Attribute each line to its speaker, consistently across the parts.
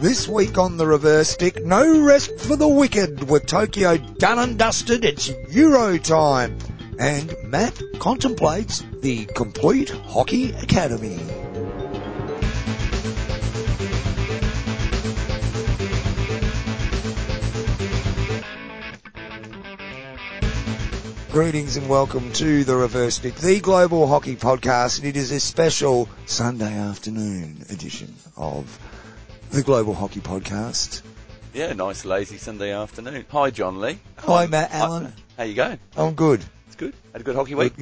Speaker 1: This week on the reverse stick, no rest for the wicked with Tokyo done and dusted. It's Euro time. And Matt contemplates the complete hockey academy. Greetings and welcome to the Reverse Stick, the global hockey podcast, and it is a special Sunday afternoon edition of the Global Hockey Podcast.
Speaker 2: Yeah, nice lazy Sunday afternoon. Hi, John Lee.
Speaker 1: Hi, Matt Allen.
Speaker 2: How you going?
Speaker 1: I'm good.
Speaker 2: It's good. Had a good hockey week.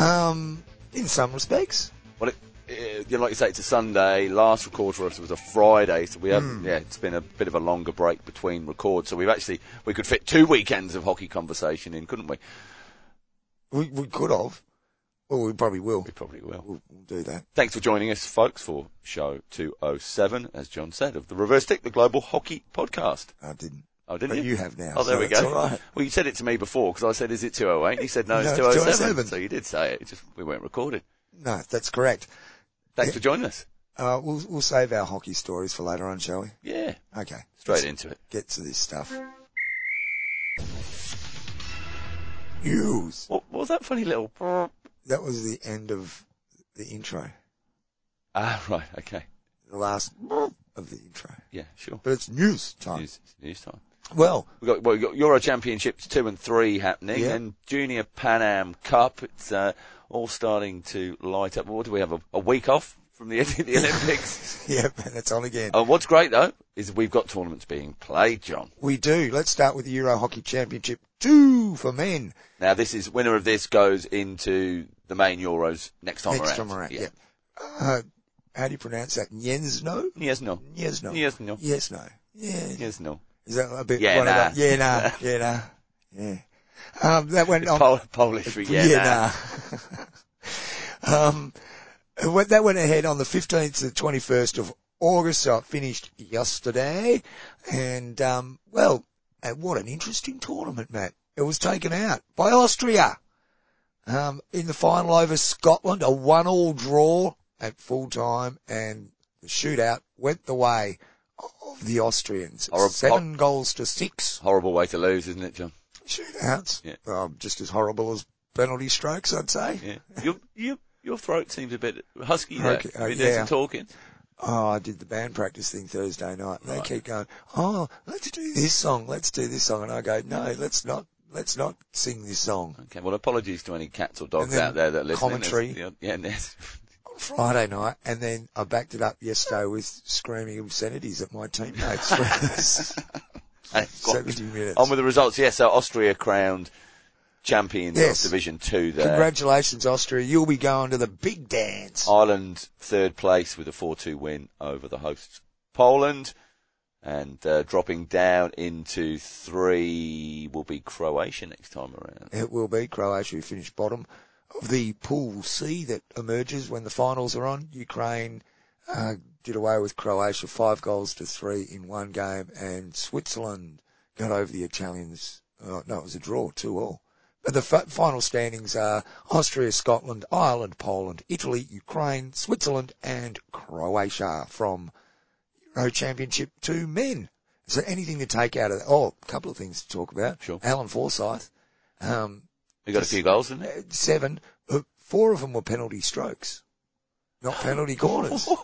Speaker 1: Um, in some respects,
Speaker 2: Well, it, eh, yeah, like you say, it's a Sunday. Last record for us was a Friday, so we have
Speaker 1: Hmm.
Speaker 2: yeah, it's been a bit of a longer break between records. So we've actually we could fit two weekends of hockey conversation in, couldn't we?
Speaker 1: we, we could have. Well, we probably will.
Speaker 2: We probably will.
Speaker 1: We'll, we'll do that.
Speaker 2: Thanks for joining us, folks, for show 207, as John said, of the Reverse Stick, the Global Hockey Podcast.
Speaker 1: I didn't.
Speaker 2: Oh, didn't
Speaker 1: But
Speaker 2: you?
Speaker 1: you have now,
Speaker 2: Oh, there
Speaker 1: so
Speaker 2: we
Speaker 1: it's
Speaker 2: go.
Speaker 1: all right.
Speaker 2: Well, you said it to me before because I said, "Is it 208?" You said, "No, it's
Speaker 1: No, it's
Speaker 2: 207.
Speaker 1: 207.
Speaker 2: So you did say it. It's just we weren't recorded.
Speaker 1: No, that's correct.
Speaker 2: Thanks for joining us.
Speaker 1: Uh, we'll, we'll save our hockey stories for later on, shall we?
Speaker 2: Yeah,
Speaker 1: Okay.
Speaker 2: straight into it.
Speaker 1: Get to this stuff. News.
Speaker 2: What, what was that funny little?
Speaker 1: That was the end of the intro.
Speaker 2: Ah, right. Okay.
Speaker 1: The last of the intro.
Speaker 2: Yeah, sure.
Speaker 1: But it's news time.
Speaker 2: News, news time.
Speaker 1: Well,
Speaker 2: We got well, we got Euro Championships two and three happening,
Speaker 1: Yeah.
Speaker 2: and Junior Pan Am Cup. It's uh, all starting to light up. What do we have? A, a week off from the end of the Olympics.
Speaker 1: yeah, that's on again.
Speaker 2: Uh, what's great though is we've got tournaments being played, John.
Speaker 1: We do. Let's start with the Euro Hockey Championship 2 for men.
Speaker 2: Now this is winner of this goes into the main Euros next time
Speaker 1: Next
Speaker 2: around.
Speaker 1: time around, yeah. Uh, how do you pronounce that? Yensno?
Speaker 2: Yes, no.
Speaker 1: Yesno.
Speaker 2: Yes, no.
Speaker 1: Yes, no. Yeah.
Speaker 2: Yes, no.
Speaker 1: Is that a bit
Speaker 2: Yeah,
Speaker 1: one
Speaker 2: nah.
Speaker 1: of the, yeah, nah, yeah, nah, yeah. Um, that went on,
Speaker 2: Pol- Polish for Oh. yeah, nah.
Speaker 1: nah. um, it went- that went ahead on the 15th to the 21st of August, so it finished yesterday. And, um, well, and what an interesting tournament, Matt. It was taken out by Austria. Um, in the final over Scotland, a one-all draw at full time and the shootout went the way of the Austrians.
Speaker 2: Horrib-
Speaker 1: Seven goals to six
Speaker 2: Horrible way to lose, isn't it, John?
Speaker 1: shootouts.
Speaker 2: Yeah.
Speaker 1: Um, just as horrible as penalty strokes, I'd say.
Speaker 2: Yeah. Your your your throat seems a bit husky there.
Speaker 1: Okay, uh,
Speaker 2: Have you done
Speaker 1: yeah.
Speaker 2: some talking?
Speaker 1: Oh, I did the band practice thing Thursday night. And They keep going, oh, let's do this song, let's do this song. And I go, no, let's not, let's not sing this song.
Speaker 2: Okay. Well, apologies to any cats or dogs
Speaker 1: then
Speaker 2: out there that are listening.
Speaker 1: commentary.
Speaker 2: There's- Yeah. yeah, there's-
Speaker 1: On Friday night, and then I backed it up yesterday with screaming obscenities at my teammates for
Speaker 2: Hey, go on.
Speaker 1: 70 minutes.
Speaker 2: on with the results. Yes. so Austria crowned champions
Speaker 1: Yes.
Speaker 2: of Division Two. There.
Speaker 1: Congratulations, Austria. You'll be going to the big dance.
Speaker 2: Ireland third place with a 4-2 win over the hosts Poland. And uh, dropping down into three will be Croatia next time around.
Speaker 1: It will be Croatia who finished bottom of the pool C that emerges when the finals are on. Ukraine uh, did away with Croatia five goals to three in one game, and Switzerland got over the Italians. Uh, no, it was a draw, two all. But the f- final standings are Austria, Scotland, Ireland, Poland, Italy, Ukraine, Switzerland, and Croatia from Euro Championship to men. Is there anything to take out of that? Oh, a couple of things to talk about.
Speaker 2: Sure.
Speaker 1: Alan Forsyth. Um,
Speaker 2: We got a few goals, didn't it?
Speaker 1: uh, seven, uh, four of them were penalty strokes, not penalty corners.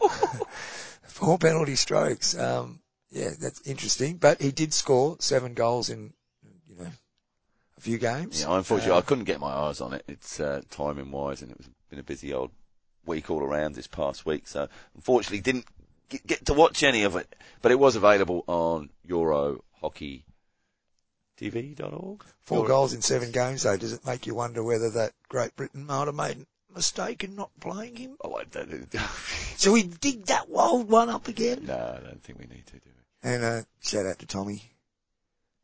Speaker 1: four penalty strokes. Um, yeah, that's interesting. But he did score seven goals in, you know, a few games.
Speaker 2: Yeah, unfortunately,
Speaker 1: Uh,
Speaker 2: I couldn't get my eyes on it. It's uh, timing wise, and it's been a busy old week all around this past week. So, unfortunately, didn't get, get to watch any of it, but it was available on EuroHockeyTV.org.
Speaker 1: four
Speaker 2: Euro-
Speaker 1: goals in seven games, though. Does it make you wonder whether that Great Britain might have made a mistake in not playing him?
Speaker 2: Oh, I don't,
Speaker 1: So we dig that wild one up again.
Speaker 2: no, I don't think we need to do it.
Speaker 1: And uh, shout out to Tommy.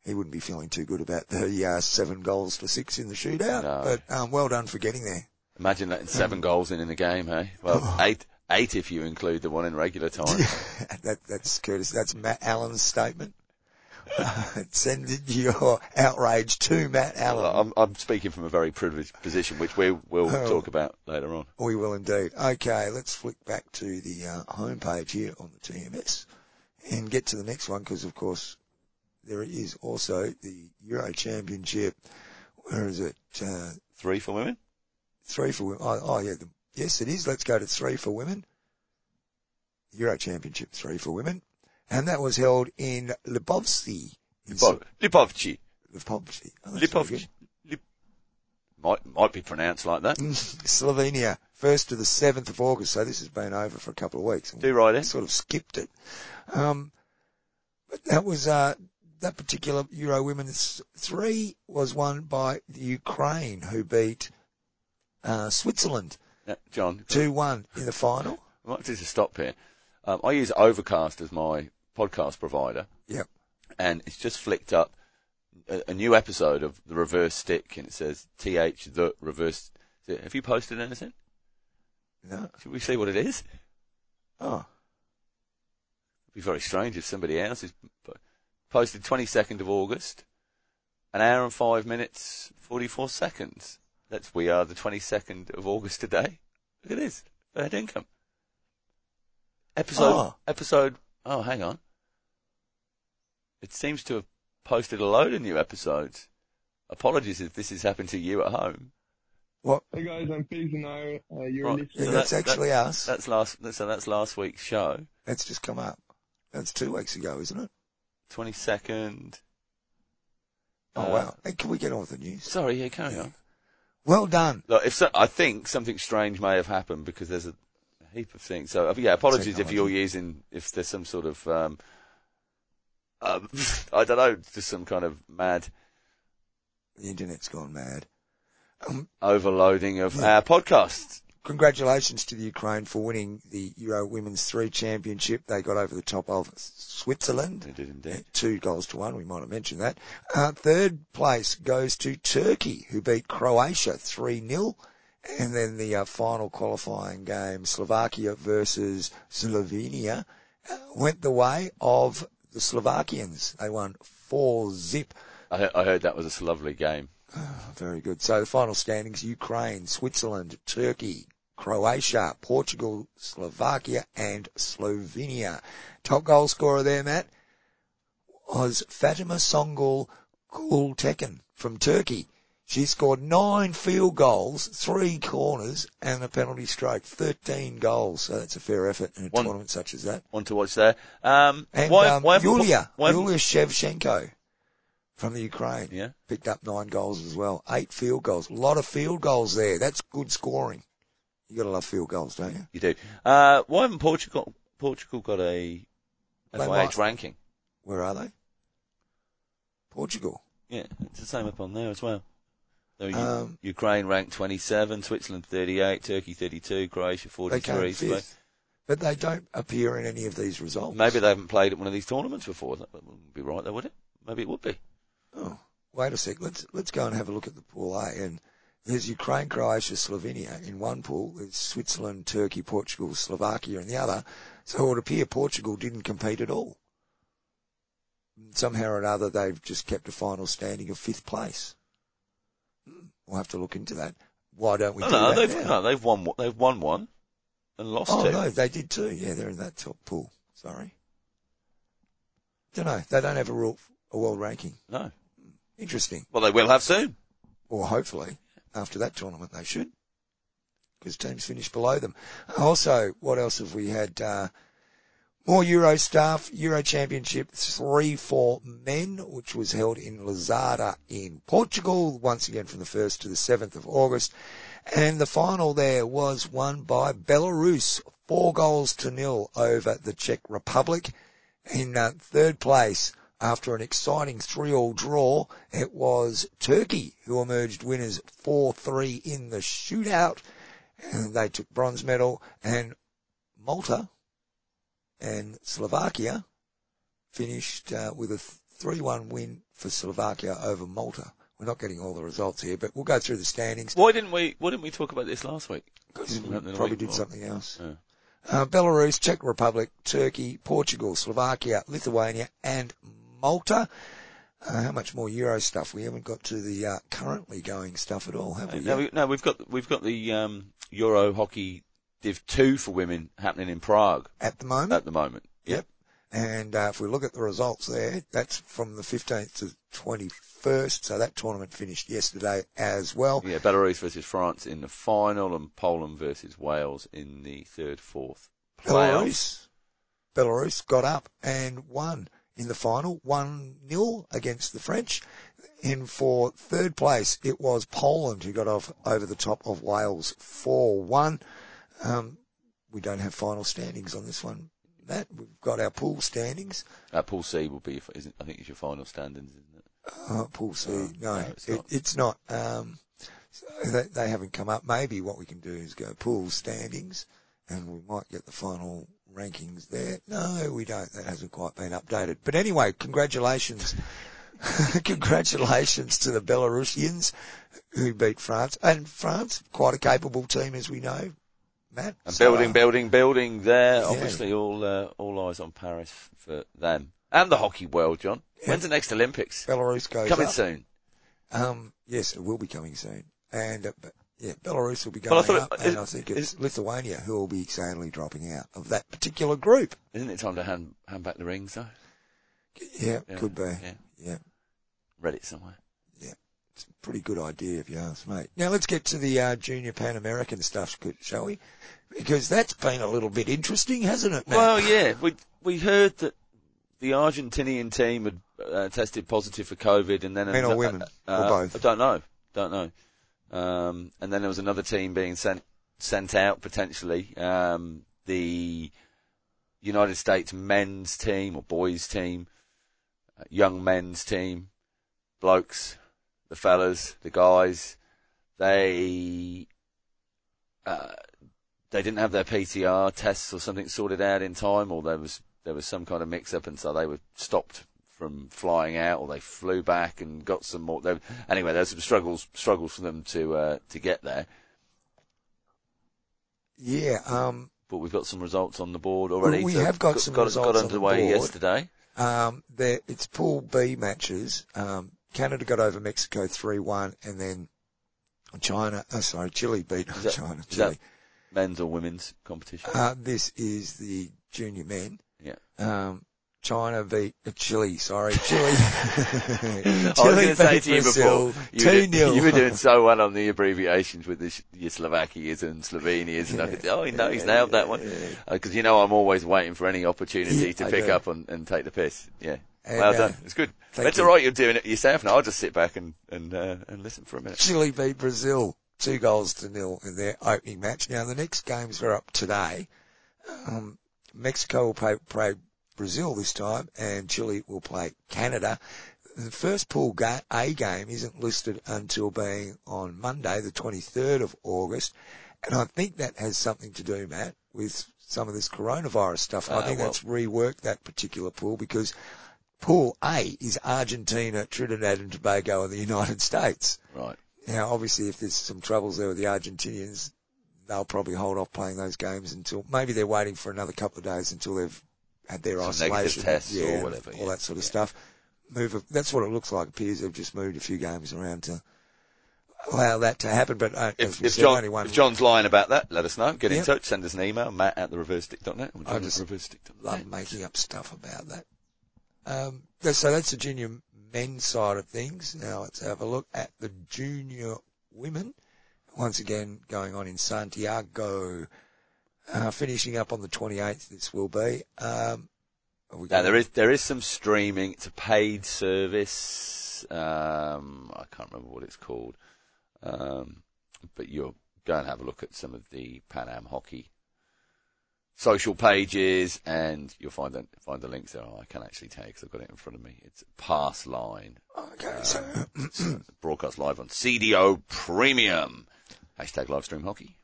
Speaker 1: He wouldn't be feeling too good about the uh, seven goals to six in the shootout,
Speaker 2: No.
Speaker 1: but um, well done for getting there.
Speaker 2: Imagine letting seven goals in in a game, hey? Well, eight, eight if you include the one in regular time.
Speaker 1: that, that's Curtis. That's Matt Allen's statement. Uh, send your outrage to Matt
Speaker 2: Well,
Speaker 1: Allen.
Speaker 2: I'm, I'm speaking from a very privileged position, which we will
Speaker 1: Oh.
Speaker 2: talk about later on.
Speaker 1: We will indeed. Okay, let's flick back to the uh, homepage here on the TMS. and get to the next one because, of course, there is also the Euro Championship. Where is it? Uh,
Speaker 2: Three for women?
Speaker 1: three for women. Oh, oh yeah. The, yes, it is. Let's go to three for women. Euro Championship three for women. And that was held in Lebovsky. in Slo-
Speaker 2: Lipov- Lipovci.
Speaker 1: Lebovsky. Oh, that's very
Speaker 2: Lipovci. Lip- might, might be pronounced like that.
Speaker 1: good. Slovenia, 1st to the 7th of August. So this has been over for a couple of weeks.
Speaker 2: Do right
Speaker 1: I
Speaker 2: in.
Speaker 1: sort of skipped it. Um, but that was, uh, that particular Euro Women's 3 was won by the Ukraine who beat, uh, Switzerland
Speaker 2: Yeah, John,
Speaker 1: 2-1 in the final.
Speaker 2: I might just stop here. Um, I use Overcast as my podcast provider.
Speaker 1: Yep.
Speaker 2: And it's just flicked up a, a new episode of The Reverse Stick, and it says TH The Reverse. Have you posted anything?
Speaker 1: No.
Speaker 2: Should we see what it is?
Speaker 1: Oh,
Speaker 2: It'd be very strange if somebody else is po- posted 22nd of August, an hour and five minutes, 44 seconds. That's we are the 22nd of August today. Look at this. Bad income. Episode,
Speaker 1: Oh.
Speaker 2: episode, oh, hang on. It seems to have posted a load of new episodes. Apologies if this has happened to you at home.
Speaker 1: what?
Speaker 3: Hey guys, I'm Pigs and I, uh, you're
Speaker 2: Right,
Speaker 3: listening.
Speaker 1: Yeah,
Speaker 2: So
Speaker 1: that's
Speaker 2: that- that-
Speaker 1: actually us.
Speaker 2: That's last, so that's last week's show.
Speaker 1: That's just come up. That's two weeks ago, isn't it?
Speaker 2: 22nd.
Speaker 1: Oh,
Speaker 2: Uh,
Speaker 1: wow. Hey, can we get on with the news?
Speaker 2: Sorry, yeah, carry on.
Speaker 1: Well done.
Speaker 2: Look, if so, I think something strange may have happened because there's a heap of things. So uh, yeah, apologies if
Speaker 1: Technology.
Speaker 2: you're using if there's some sort of um, um I don't know, just some kind of mad
Speaker 1: The internet's gone mad. Um,
Speaker 2: overloading of our podcasts.
Speaker 1: congratulations to the Ukraine for winning the Euro Women's 3 Championship. They got over the top of Switzerland.
Speaker 2: They did indeed.
Speaker 1: Two goals to one. We might have mentioned that. Uh, third place goes to Turkey, who beat Croatia 3-0. And then the uh, final qualifying game, Slovakia versus Slovenia, uh, went the way of the Slovakians. They won 4-zip.
Speaker 2: I, he- I heard that was a lovely game.
Speaker 1: Very good. So the final standings, Ukraine, Switzerland, Turkey, Croatia, Portugal, Slovakia and Slovenia. Top goal scorer there, Matt, was Fatima Songul Kultekin from Turkey. She scored nine field goals, three corners and a penalty stroke. 13 goals. So that's a fair effort in a
Speaker 2: One-
Speaker 1: tournament such as that.
Speaker 2: One to watch there. Um,
Speaker 1: And
Speaker 2: why,
Speaker 1: um,
Speaker 2: why haven't-
Speaker 1: Yulia,
Speaker 2: why haven't-
Speaker 1: Yulia Shevchenko from the Ukraine
Speaker 2: yeah.
Speaker 1: picked up nine goals as well. Eight field goals. A lot of field goals there. That's good scoring. You gotta love field goals, don't you?
Speaker 2: You do. Uh, why haven't Portugal Portugal got a
Speaker 1: They
Speaker 2: FIH
Speaker 1: might.
Speaker 2: ranking?
Speaker 1: Where are they? Portugal.
Speaker 2: Yeah, it's the same up on there as well. So you-
Speaker 1: Um,
Speaker 2: Ukraine ranked 27, Switzerland 38, Turkey 32, Croatia
Speaker 1: They
Speaker 2: 43.
Speaker 1: came
Speaker 2: Slo-
Speaker 1: fifth. But they don't appear in any of these results.
Speaker 2: Maybe they haven't played at one of these tournaments before. That wouldn't be right, though, would it? Maybe it would be.
Speaker 1: Oh, wait a sec. Let's let's go and have a look at the pool A. And there's Ukraine, Croatia, Slovenia in one pool. There's Switzerland, Turkey, Portugal, Slovakia in the other. So it would appear Portugal didn't compete at all. Somehow or another, they've just kept a final standing of fifth place. Hmm, We'll have to look into that. Why don't we
Speaker 2: no,
Speaker 1: do
Speaker 2: no,
Speaker 1: that
Speaker 2: they've
Speaker 1: now?
Speaker 2: no, they've won one- they've won one and lost
Speaker 1: Oh
Speaker 2: two.
Speaker 1: no, they did too. Yeah, they're in that top pool. Sorry. Don't know. They don't have a, real, a world ranking.
Speaker 2: No.
Speaker 1: Interesting.
Speaker 2: Well, they will have soon.
Speaker 1: or hopefully after that tournament they should, because teams finish below them. Also, what else have we had? Uh, more Euro staff, Euro Championship 3 for men, which was held in Lazada in Portugal, once again from the 1st to the 7th of August. And the final there was won by Belarus, four goals to nil over the Czech Republic. In uh, third place, after an exciting three-all draw, it was Turkey who emerged winners 4-3 in the shootout, and they took bronze medal. And Malta and Slovakia finished uh, with a th- 3-1 win for Slovakia over Malta. We're not getting all the results here, but we'll go through the standings
Speaker 2: Why didn't we? Why didn't we talk about this last week?
Speaker 1: because we
Speaker 2: Happened in a
Speaker 1: probably
Speaker 2: week Oh.
Speaker 1: did
Speaker 2: or-
Speaker 1: something else.
Speaker 2: Yeah.
Speaker 1: Uh, Belarus, Czech Republic, Turkey, Portugal, Slovakia, Lithuania, and Malta. Uh, how much more Euro stuff? We haven't got to the uh, currently going stuff at all, have we?
Speaker 2: Uh, No, we, no, we've got we've got the um, Euro Hockey Div Two for women happening in Prague
Speaker 1: at the moment,
Speaker 2: Uh, at the moment.
Speaker 1: Yep. And uh, if we look at the results there, that's from the 15th to 21st. So that tournament finished yesterday as well.
Speaker 2: Yeah, Belarus versus France in the final, and Poland versus Wales in the third, fourth playoff.
Speaker 1: Belarus, Belarus got up and won in the final, 1-0 against the French. And for third place, it was Poland who got off over the top of Wales 4-1. Um, we don't have final standings on this one. That we've got our pool standings.
Speaker 2: Uh, Pool C will be, your, isn't, I think, it's your final standings, isn't it?
Speaker 1: Uh, pool C,
Speaker 2: No,
Speaker 1: no,
Speaker 2: Um, no, it's
Speaker 1: it-
Speaker 2: not.
Speaker 1: it's not. Um, so they, they haven't come up. Maybe what we can do is go pool standings, and we might get the final rankings there. No, we don't. That hasn't quite been updated. But anyway, congratulations, congratulations to the Belarusians who beat France, and France quite a capable team as we know. Matt,
Speaker 2: And
Speaker 1: So,
Speaker 2: building,
Speaker 1: uh,
Speaker 2: building, building there.
Speaker 1: Yeah.
Speaker 2: Obviously, all uh, all eyes on Paris for them and the hockey world, John. When's the next Olympics?
Speaker 1: Belarus goes
Speaker 2: Coming
Speaker 1: up.
Speaker 2: soon.
Speaker 1: Um, yes, it will be coming soon. And uh, but, yeah, Belarus will be
Speaker 2: Well, I
Speaker 1: going
Speaker 2: thought
Speaker 1: up,
Speaker 2: it-
Speaker 1: and
Speaker 2: it-
Speaker 1: I think it's Lithuania who will be sadly dropping out of that particular group.
Speaker 2: Isn't it time to hand hand back the rings though?
Speaker 1: Yeah,
Speaker 2: Yeah,
Speaker 1: could be.
Speaker 2: yeah.
Speaker 1: Yeah.
Speaker 2: Read it somewhere.
Speaker 1: it's a pretty good idea if you ask me. Now let's get to the uh, junior Pan American stuff, could- shall we? Because that's been a little bit interesting, hasn't it? Matt?
Speaker 2: Well, yeah, we we heard that the Argentinian team had uh, tested positive for COVID, and then
Speaker 1: Men or
Speaker 2: ano-
Speaker 1: women? Or
Speaker 2: uh,
Speaker 1: both?
Speaker 2: I don't know, don't know. Um, and then there was another team being sent sent out potentially. Um, the United States men's team or boys team, uh, young men's team, blokes, the fellas, the guys, they. Uh, they didn't have their PTR tests or something sorted out in time, or there was there was some kind of mix up, and so they were stopped from flying out, or they flew back and got some more. There, anyway, there's some struggles struggles for them to uh, to get there,
Speaker 1: yeah. Um,
Speaker 2: but we've got some results on the board already.
Speaker 1: we
Speaker 2: so
Speaker 1: have got some
Speaker 2: got,
Speaker 1: results on
Speaker 2: got
Speaker 1: the
Speaker 2: underway
Speaker 1: board.
Speaker 2: yesterday.
Speaker 1: um, there, it's Pool B matches. Um, Canada got over Mexico three one, and then China. Oh, sorry, Chile beat
Speaker 2: Is that-
Speaker 1: China.
Speaker 2: is
Speaker 1: Chile.
Speaker 2: that men's or women's competition?
Speaker 1: Uh, this is the junior men.
Speaker 2: Yeah.
Speaker 1: Um, China beat uh, Chile. Sorry, Chile.
Speaker 2: I was going to say
Speaker 1: beat
Speaker 2: to you
Speaker 1: Brazil
Speaker 2: before, you were,
Speaker 1: 2-0.
Speaker 2: do- you were doing so well on the abbreviations with the, Sh- your Slovakias and Slovenias, and I could, oh, no, he's nailed that one. Because you know I'm always waiting for any opportunity
Speaker 1: Yeah,
Speaker 2: to
Speaker 1: I
Speaker 2: pick
Speaker 1: do.
Speaker 2: up and, and take the piss. Yeah.
Speaker 1: And,
Speaker 2: well
Speaker 1: uh,
Speaker 2: done. It's good.
Speaker 1: thank
Speaker 2: It's
Speaker 1: you.
Speaker 2: all right you're doing it yourself now. I'll just sit back and, and, uh, and listen for a minute.
Speaker 1: Chile beat Brazil two goals to nil in their opening match. Now the next games are up today. Um, Mexico will play, play Brazil this time, and Chile will play Canada. The first pool ga- A game isn't listed until being on Monday, the 23rd of August, and I think that has something to do, Matt, with some of this coronavirus stuff. I
Speaker 2: Ah,
Speaker 1: think
Speaker 2: well.
Speaker 1: that's reworked that particular pool because Pool A is Argentina, Trinidad and Tobago, and the United States.
Speaker 2: Right.
Speaker 1: Now, obviously, if there's some troubles there with the Argentinians, they'll probably hold off playing those games until maybe they're waiting for another couple of days until they've had their
Speaker 2: Some negative
Speaker 1: isolation,
Speaker 2: tests or
Speaker 1: yeah, and
Speaker 2: whatever,
Speaker 1: all
Speaker 2: yeah,
Speaker 1: that sort of
Speaker 2: yeah.
Speaker 1: stuff. Move. A, that's what it looks like. It appears they've just moved a few games around to allow that to happen. But uh, as
Speaker 2: If,
Speaker 1: we
Speaker 2: if,
Speaker 1: said,
Speaker 2: John,
Speaker 1: only one.
Speaker 2: if John's lying about that, let us know. Get in
Speaker 1: Yep.
Speaker 2: touch. Send us an email, matt at the reversestick.net. Or
Speaker 1: I
Speaker 2: John at
Speaker 1: just
Speaker 2: reversestick.net.
Speaker 1: love making up stuff about that. Um, that- so that's the junior men's side of things. Now let's have a look at the junior women. Once again, going on in Santiago, uh, finishing up on the 28th. This will be. Um, are we
Speaker 2: Now
Speaker 1: going-
Speaker 2: there is there is some streaming. It's a paid service. Um, I can't remember what it's called, um, but you'll go and have a look at some of the Pan Am hockey social pages, and you'll find the, find the links there. I can actually tell because I've got it in front of me. It's Pass Line Um,
Speaker 1: Okay, so
Speaker 2: broadcast live on CDO Premium. Hashtag live stream hockey.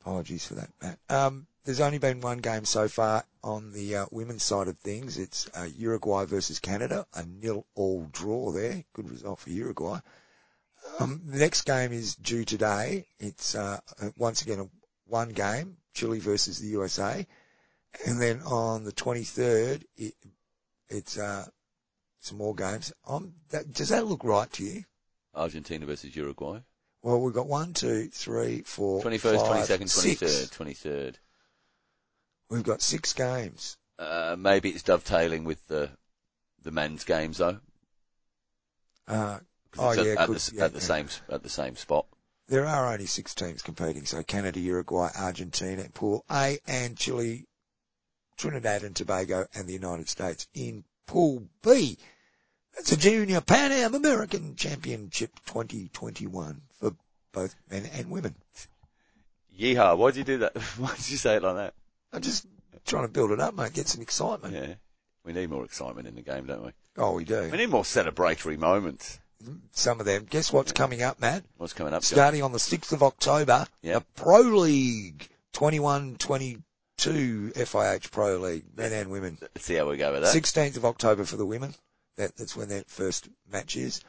Speaker 1: apologies for that, Matt. Um, there's only been one game so far on the uh, women's side of things. It's uh, Uruguay versus Canada, a nil-all draw there. Good result for Uruguay. Um, the next game is due today. It's uh, uh, once again a one game, Chile versus the USA, and then on the 23rd, it, it's uh, some more games. Um, that, does that look right to you?
Speaker 2: Argentina versus Uruguay.
Speaker 1: Well, we've got one, two, three, four,
Speaker 2: Twenty first,
Speaker 1: Oh, five,
Speaker 2: twenty second, twenty
Speaker 1: six.
Speaker 2: third, twenty third.
Speaker 1: We've got six games
Speaker 2: Uh, maybe it's dovetailing with the the men's games though.
Speaker 1: Uh,
Speaker 2: 'cause it's
Speaker 1: Oh,
Speaker 2: at,
Speaker 1: yeah,
Speaker 2: at
Speaker 1: could-
Speaker 2: the,
Speaker 1: yeah,
Speaker 2: at the
Speaker 1: yeah.
Speaker 2: same at the same spot.
Speaker 1: there are only six teams competing, so Canada, Uruguay, Argentina, Pool A, and Chile, Trinidad and Tobago, and the United States in Pool B. That's a Junior Pan Am American Championship 2021 for both men and women.
Speaker 2: Yeehaw! Why'd you do that? Why'd you say it like that?
Speaker 1: I'm just trying to build it up, mate. Get some excitement.
Speaker 2: Yeah, we need more excitement in the game, don't we?
Speaker 1: Oh, we do.
Speaker 2: We need more celebratory moments.
Speaker 1: Some of them. Guess what's coming up, Matt?
Speaker 2: What's coming up? John?
Speaker 1: Starting on the 6th of October,
Speaker 2: Yep.
Speaker 1: the Pro League 21-22 FIH Pro League, men and women.
Speaker 2: Let's see how we go with that.
Speaker 1: 16th of October for the women. That, that's when their first match is.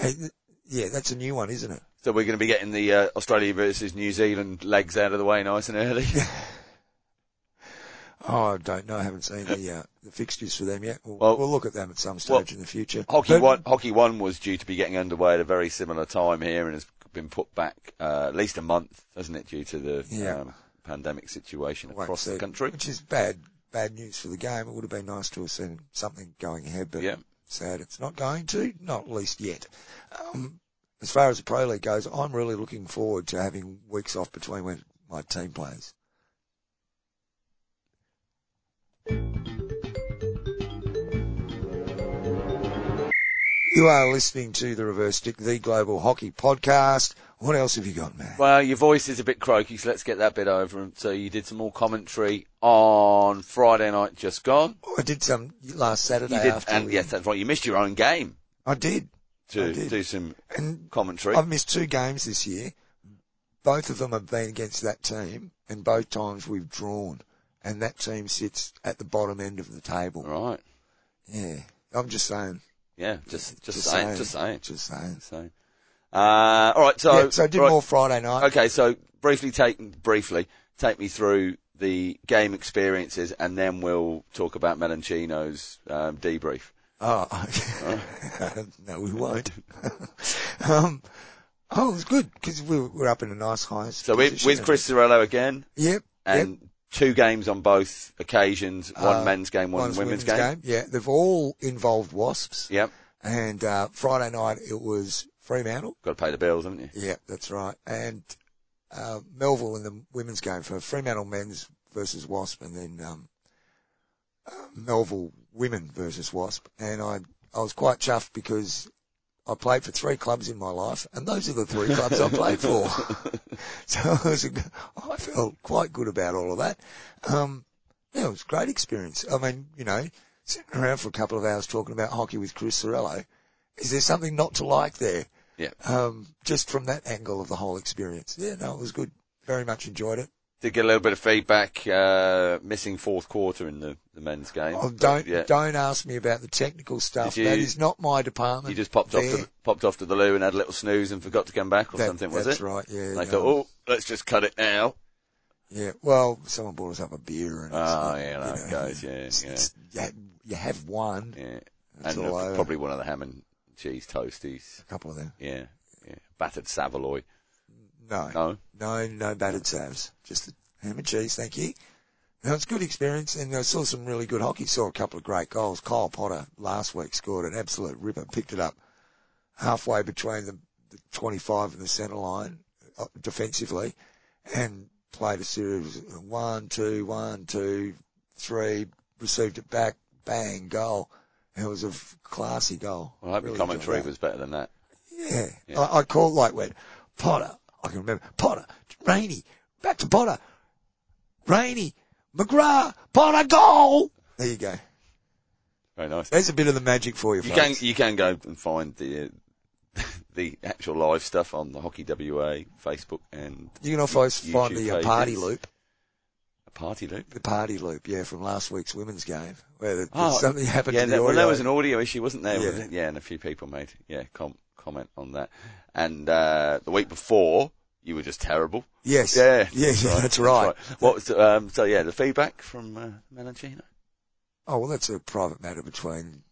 Speaker 1: And, yeah, that's a new one, isn't it?
Speaker 2: So we're going to be getting the uh, Australia versus New Zealand legs out of the way nice and early.
Speaker 1: Oh, I don't know. I haven't seen the, uh, the fixtures for them yet. We'll,
Speaker 2: Well-
Speaker 1: we'll look at them at some stage
Speaker 2: well,
Speaker 1: in the future.
Speaker 2: Hockey
Speaker 1: But-
Speaker 2: one, hockey one was due to be getting underway at a very similar time here, and has been put back uh, at least a month, hasn't it, due to the
Speaker 1: Yeah.
Speaker 2: um, pandemic situation
Speaker 1: won't
Speaker 2: across
Speaker 1: see-
Speaker 2: the country?
Speaker 1: Which is bad, bad news for the game. It would have been nice to have seen something going ahead, but
Speaker 2: Yeah.
Speaker 1: sad it's not going to, not least yet. Um, as far as the Pro League goes, I'm really looking forward to having weeks off between when my team plays. You are listening to the Reverse Stick, the Global Hockey Podcast. What else have you got, Matt?
Speaker 2: Well, your voice is a bit croaky, so let's get that bit over. And so you did some more commentary on Friday night, just gone.
Speaker 1: I did some last Saturday
Speaker 2: You did,
Speaker 1: after
Speaker 2: and
Speaker 1: we-
Speaker 2: yes, that's right. You missed your own game
Speaker 1: I did. I
Speaker 2: to
Speaker 1: did.
Speaker 2: do some
Speaker 1: And
Speaker 2: commentary.
Speaker 1: I've missed two games this year. Both of them have been against that team, and both times we've drawn. And that team sits at the bottom end of the table.
Speaker 2: Right?
Speaker 1: Yeah. I'm just saying.
Speaker 2: Yeah. Just, just,
Speaker 1: Just
Speaker 2: saying,
Speaker 1: saying.
Speaker 2: Just saying.
Speaker 1: Just saying.
Speaker 2: Just saying. Uh, all right. So,
Speaker 1: yeah, so I did
Speaker 2: right.
Speaker 1: more Friday night.
Speaker 2: Okay, so briefly take briefly take me through the game experiences, and then we'll talk about Melanchino's um, debrief.
Speaker 1: Oh,
Speaker 2: Uh.
Speaker 1: no, we won't. um, oh, it was good because we were- we're up in a nice high.
Speaker 2: So with,
Speaker 1: position.
Speaker 2: with Chris Sorello again,
Speaker 1: Yep.
Speaker 2: and
Speaker 1: yep.
Speaker 2: two games on both occasions: one
Speaker 1: Uh,
Speaker 2: men's game, one
Speaker 1: One's
Speaker 2: women's, game.
Speaker 1: Yeah, they've all involved wasps.
Speaker 2: Yep,
Speaker 1: And uh, Friday night it was Fremantle.
Speaker 2: got to pay the bills, haven't you?
Speaker 1: Yeah, that's right. And uh, Melville in the women's game for Fremantle men's versus Wasp, and then um, uh, Melville women versus Wasp. And I I was quite chuffed because I played for three clubs in my life, and those are the three clubs I played for. so I, was a, g- I felt quite good about all of that. Um, yeah, it was a great experience. I mean, you know, sitting around for a couple of hours talking about hockey with Chris Sorello, is there something not to like there?
Speaker 2: Yeah.
Speaker 1: Um, just from that angle of the whole experience. Yeah, no, it was good. Very much enjoyed it.
Speaker 2: Did get a little bit of feedback. Uh, missing fourth quarter in the, the men's game.
Speaker 1: Oh,
Speaker 2: But,
Speaker 1: don't
Speaker 2: yeah.
Speaker 1: don't ask me about the technical stuff.
Speaker 2: Did you-
Speaker 1: that is not my department.
Speaker 2: You just popped off
Speaker 1: there.
Speaker 2: to, popped off to the loo and had a little snooze and forgot to come back or
Speaker 1: That-
Speaker 2: something, was
Speaker 1: that's
Speaker 2: it?
Speaker 1: right. Yeah.
Speaker 2: And they
Speaker 1: no.
Speaker 2: thought, oh, let's just cut it now.
Speaker 1: Yeah. Well, someone brought us up a beer. And it's
Speaker 2: Ah,
Speaker 1: not-
Speaker 2: yeah,
Speaker 1: you
Speaker 2: that
Speaker 1: know,
Speaker 2: goes, yeah,
Speaker 1: it's-
Speaker 2: yeah.
Speaker 1: it's- you have- you have one.
Speaker 2: Yeah.
Speaker 1: That's
Speaker 2: and
Speaker 1: all
Speaker 2: uh,
Speaker 1: over.
Speaker 2: probably one of the ham and cheese toasties.
Speaker 1: A couple of them.
Speaker 2: Yeah. Yeah. Battered saveloy.
Speaker 1: No.
Speaker 2: No.
Speaker 1: No, no battered salves. Just the ham and cheese, thank you. No, it's a good experience, and I saw some really good hockey. Saw a couple of great goals. Kyle Potter last week scored an absolute ripper. Picked it up halfway between the, the 25 and the centre line uh, defensively, and played a series of one, two, one, two, three. Received it back, bang, goal. It was a f- classy goal.
Speaker 2: Well, I hope
Speaker 1: Really
Speaker 2: the commentary
Speaker 1: enjoyed that.
Speaker 2: was better than that.
Speaker 1: Yeah.
Speaker 2: Yeah.
Speaker 1: I, I called like when Potter, I can remember Potter, Rainey, back to Potter, Rainey, McGrath, Potter, goal! There you go.
Speaker 2: Very nice.
Speaker 1: There's a bit of the magic for you,
Speaker 2: You can
Speaker 1: folks.
Speaker 2: you can go and find the uh, the actual live stuff on the Hockey WA Facebook and
Speaker 1: You can always
Speaker 2: YouTube
Speaker 1: find the uh,
Speaker 2: pages.
Speaker 1: party loop,
Speaker 2: a party loop.
Speaker 1: the party loop, yeah, from last week's women's game, where the,
Speaker 2: Oh,
Speaker 1: something happened
Speaker 2: Yeah,
Speaker 1: to the
Speaker 2: that, well,
Speaker 1: audio.
Speaker 2: there was an audio issue, wasn't there?
Speaker 1: Yeah.
Speaker 2: Yeah, it? yeah and a few people made yeah com- comment on that. And uh, the week before, you were just terrible.
Speaker 1: yes,
Speaker 2: Yeah,
Speaker 1: yeah, yeah, that's right.
Speaker 2: What was the, um, so? Yeah, the feedback from uh, Melanchino.
Speaker 1: Oh well, that's a private matter between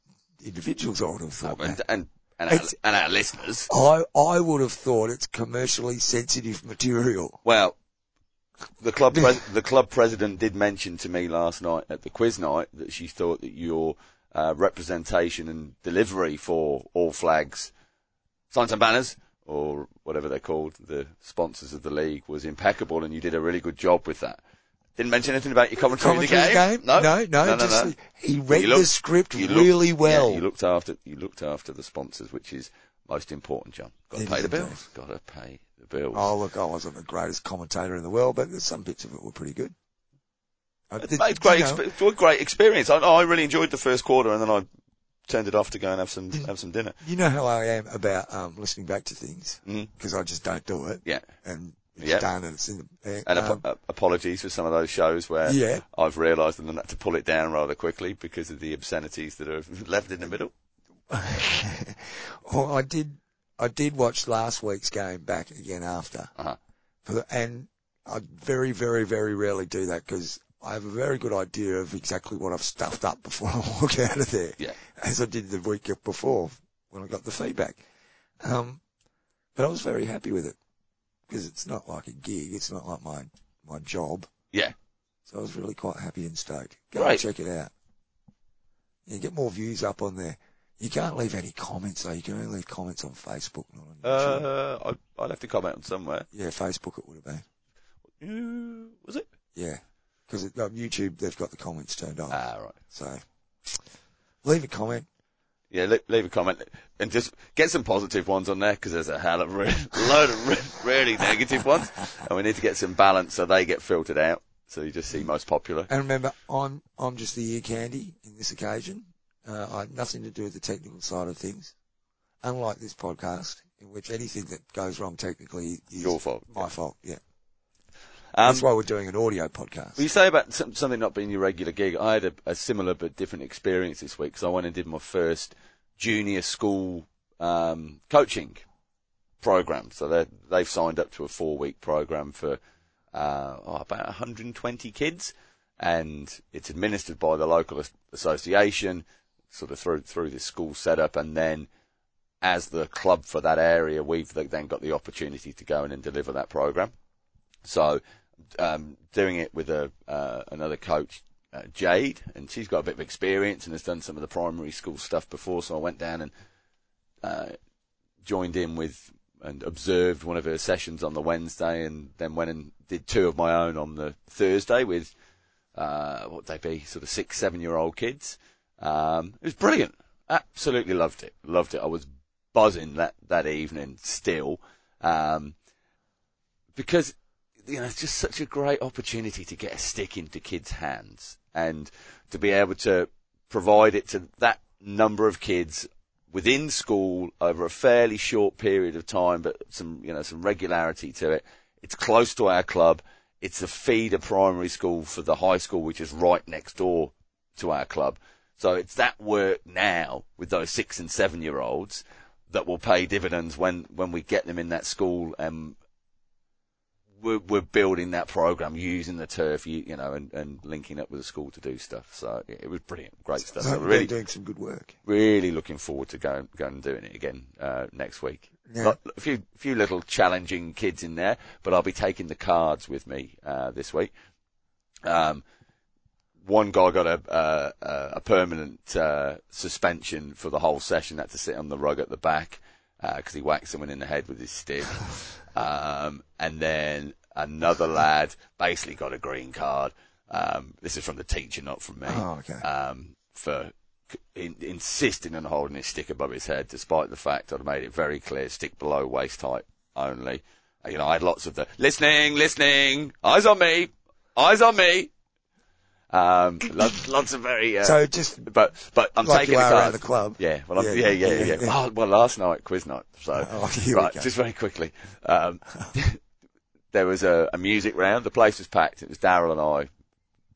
Speaker 1: individuals. I would have thought. Matt.
Speaker 2: and and and
Speaker 1: Oh,
Speaker 2: our,
Speaker 1: It's-
Speaker 2: and our listeners.
Speaker 1: I I would have thought it's commercially sensitive material.
Speaker 2: Well, the club pres- the club president did mention to me last night at the quiz night that she thought that your uh, representation and delivery for all flags, signs and banners, or whatever they're called, the sponsors of the league, was impeccable, and you did a really good job with that. Didn't mention anything about your commentary,
Speaker 1: Commentary
Speaker 2: of the game.
Speaker 1: No, no, just the- he read
Speaker 2: You look-
Speaker 1: the script
Speaker 2: you look-
Speaker 1: really well.
Speaker 2: Yeah, you looked after you looked after the sponsors, which is most important, John. Got to
Speaker 1: It
Speaker 2: pay
Speaker 1: is
Speaker 2: the
Speaker 1: indeed.
Speaker 2: bills. Got to pay the bills.
Speaker 1: Oh look, I wasn't the greatest commentator in the world, but some bits of it were pretty good. I
Speaker 2: It
Speaker 1: did-
Speaker 2: made great,
Speaker 1: you know,
Speaker 2: expe- it was a great experience. I, I really enjoyed the first quarter, and then I turned it off to go and have some
Speaker 1: Didn't-
Speaker 2: have some dinner.
Speaker 1: you know how I am about um, listening back to things
Speaker 2: Mm.
Speaker 1: because I just don't do it,
Speaker 2: Yeah,
Speaker 1: and it's
Speaker 2: Yeah.
Speaker 1: done and it's in the
Speaker 2: and
Speaker 1: um,
Speaker 2: apo- uh, apologies for some of those shows where
Speaker 1: yeah.
Speaker 2: I've realised that I had to pull it down rather quickly because of the obscenities that are left in the middle.
Speaker 1: well, I did. I did watch last week's game back again after,
Speaker 2: Uh-huh.
Speaker 1: For the- and I very, very, very rarely do that because I have a very good idea of exactly what I've stuffed up before I walk out of there,
Speaker 2: Yeah.
Speaker 1: as I did the week before when I got the feedback. Um, but I was very happy with it because it's not like a gig; it's not like my my job.
Speaker 2: Yeah.
Speaker 1: So I was really quite happy and stoked. Go
Speaker 2: Great.
Speaker 1: and check it out. You get more views up on there. You can't leave any comments though. You can only leave comments on Facebook, not on YouTube.
Speaker 2: Uh, I, I left a comment on somewhere.
Speaker 1: yeah, Facebook it would have been.
Speaker 2: Uh, Was it?
Speaker 1: Yeah. Because on YouTube, they've got the comments turned on.
Speaker 2: Ah, right.
Speaker 1: So leave a comment.
Speaker 2: Yeah, leave, leave a comment and just get some positive ones on there because there's a hell of a re- load of re- really negative ones, and we need to get some balance so they get filtered out. So you just see most popular.
Speaker 1: And remember, I'm I'm just the ear candy in this occasion. Uh, I have nothing to do with the technical side of things. Unlike this podcast, in which anything that goes wrong technically is
Speaker 2: Your fault.
Speaker 1: my fault. Yeah,
Speaker 2: Um,
Speaker 1: that's why we're doing an audio podcast.
Speaker 2: Well, you say about some, something not being your regular gig. I had a, a similar but different experience this week because I went and did my first junior school um, coaching program. So they they've signed up to a four week program for uh, oh, about 120 kids, and it's administered by the local as- association, sort of through through this school setup, and then as the club for that area, we've then got the opportunity to go in and deliver that program. So um, doing it with a uh, another coach, uh, Jade, and she's got a bit of experience and has done some of the primary school stuff before. So I went down and uh, joined in with and observed one of her sessions on the Wednesday, and then went and did two of my own on the Thursday with uh, what they be sort of six, seven year old kids. Um, it was brilliant. Absolutely loved it. Loved it. I was buzzing that that evening still. Um, because you know, it's just such a great opportunity to get a stick into kids' hands and to be able to provide it to that number of kids within school over a fairly short period of time, but some, you know, some regularity to it. It's close to our club. It's a feeder primary school for the high school, which is right next door to our club. So it's that work now with those six and seven year olds that will pay dividends when, when we get them in that school and, we're, we're building that program using the turf, you, you know, and, and linking up with the school to do stuff. So it, it was brilliant, great stuff.
Speaker 1: so
Speaker 2: So
Speaker 1: they're
Speaker 2: really,
Speaker 1: doing some good work.
Speaker 2: really looking forward to going going and doing it again uh, next week.
Speaker 1: Yeah.
Speaker 2: Lot- a few few little challenging kids in there, but I'll be taking the cards with me uh, this week. Um, one guy got a uh, a permanent uh, suspension for the whole session. Had to sit on the rug at the back because he whacked someone in the head with his stick. um, and then another lad basically got a green card. Um, this is from the teacher, not from me
Speaker 1: Oh, okay.
Speaker 2: um, for c- in, insisting on holding his stick above his head, despite the fact I'd made it very clear stick below waist height only. Uh, You know, I had lots of the listening, listening, eyes on me, eyes on me. Um, lots, lots of very. Uh,
Speaker 1: so just
Speaker 2: but but I'm
Speaker 1: like
Speaker 2: taking
Speaker 1: you
Speaker 2: the
Speaker 1: are
Speaker 2: cards.
Speaker 1: at the club.
Speaker 2: Yeah, well, I'm,
Speaker 1: Yeah,
Speaker 2: yeah, yeah, yeah.
Speaker 1: yeah,
Speaker 2: yeah, Oh,
Speaker 1: yeah.
Speaker 2: Well, well, last night quiz night, so
Speaker 1: Oh, here we
Speaker 2: right,
Speaker 1: go.
Speaker 2: just very quickly. Um, there was a, a music round. The place was packed. It was Daryl and I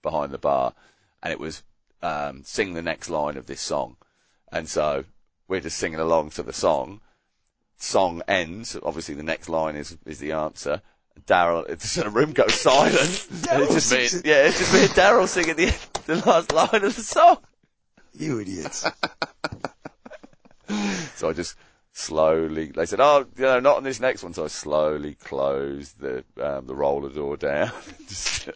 Speaker 2: behind the bar, and it was um, sing the next line of this song, and so we're just singing along to the song. Song ends. Obviously, the next line is is the answer. Daryl, it's the room goes silent. and it's just me,
Speaker 1: sings it.
Speaker 2: yeah, it's just me and Daryl singing the the last line of the song.
Speaker 1: You idiots.
Speaker 2: So I just slowly. They said, "Oh, you know, not on this next one." So I slowly closed the um, the roller door down. Just-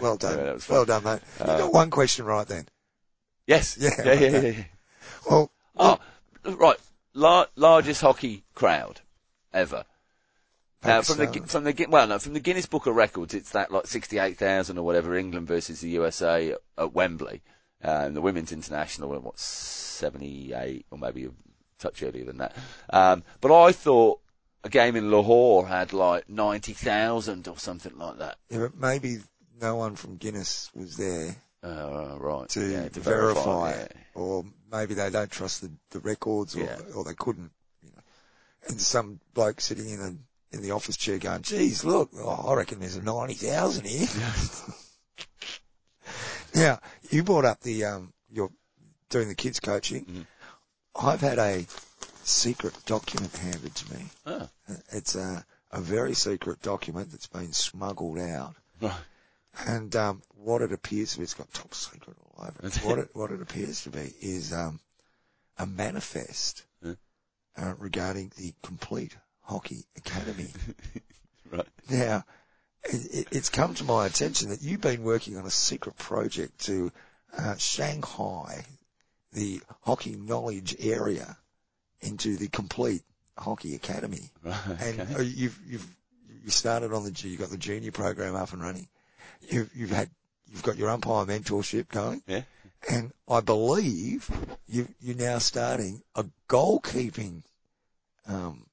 Speaker 1: Well done.
Speaker 2: Yeah, that was fun. Uh,
Speaker 1: well done, mate. you got one question right then.
Speaker 2: yes.
Speaker 1: Yeah,
Speaker 2: Yeah. Yeah.
Speaker 1: okay.
Speaker 2: yeah, yeah.
Speaker 1: Well,
Speaker 2: Oh, right. Lar- largest hockey crowd ever. Now, Uh, from the Gu-
Speaker 1: Pakistan.
Speaker 2: from the Gu- well, no, from the Guinness Book of Records, it's that like sixty-eight thousand or whatever England versus the USA at, at Wembley, uh, and the Women's International in what seventy-eight or maybe a touch earlier than that. Um, but I thought a game in Lahore had like ninety thousand or something like that.
Speaker 1: yeah, but maybe no one from Guinness was there
Speaker 2: Uh, right,
Speaker 1: to,
Speaker 2: yeah,
Speaker 1: verify,
Speaker 2: yeah.
Speaker 1: it, or maybe they don't trust the, the records, or,
Speaker 2: Yeah.
Speaker 1: or they couldn't. You know. And some bloke sitting in a in the office chair going, "Geez, look, oh, I reckon there's a ninety thousand here." now you brought up the um, you're doing the kids coaching.
Speaker 2: Mm-hmm.
Speaker 1: I've had a secret document handed to me.
Speaker 2: Oh,
Speaker 1: It's a, a very secret document that's been smuggled out.
Speaker 2: Right.
Speaker 1: And um, what it appears to be, it's got top secret all over it. what, it what it appears to be is um, a manifest
Speaker 2: Yeah.
Speaker 1: uh, regarding the complete hockey academy.
Speaker 2: right.
Speaker 1: now, it, it, it's come to my attention that you've been working on a secret project to uh, Shanghai, the hockey knowledge area, into the complete hockey academy
Speaker 2: Right.
Speaker 1: and
Speaker 2: okay.
Speaker 1: uh, you've you've you started on the you got the junior program up and running. You've you've had you've got your umpire mentorship going,
Speaker 2: Yeah.
Speaker 1: and I believe you you're now starting a goalkeeping, um,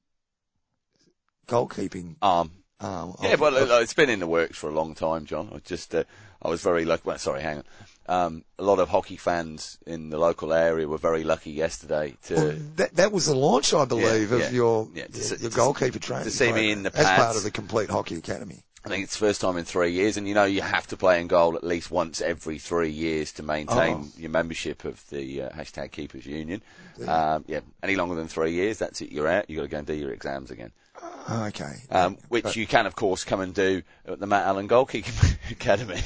Speaker 1: goalkeeping
Speaker 2: Um,
Speaker 1: arm.
Speaker 2: Yeah,
Speaker 1: of-
Speaker 2: well, uh,
Speaker 1: of-
Speaker 2: look, it's been in the works for a long time, John. I just, uh, I was very lucky. Well, sorry, hang on. Um, a lot of hockey fans in the local area were very lucky yesterday to
Speaker 1: well, that that was the launch, I believe, of
Speaker 2: yeah,
Speaker 1: your
Speaker 2: yeah, to
Speaker 1: your,
Speaker 2: see- to-
Speaker 1: goalkeeper training.
Speaker 2: to see me
Speaker 1: program
Speaker 2: in the
Speaker 1: as part
Speaker 2: pads.
Speaker 1: of the complete hockey academy.
Speaker 2: I think it's the first time in three years, and you know you have to play in goal at least once every three years to maintain your membership of the uh, hashtag Keepers Union. Um, yeah, any longer than three years, that's it. You're out. You got to go and do your exams again,
Speaker 1: Oh, okay,
Speaker 2: um, which
Speaker 1: But-
Speaker 2: you can, of course, come and do at the Matt Allen Goalkeeping Academy.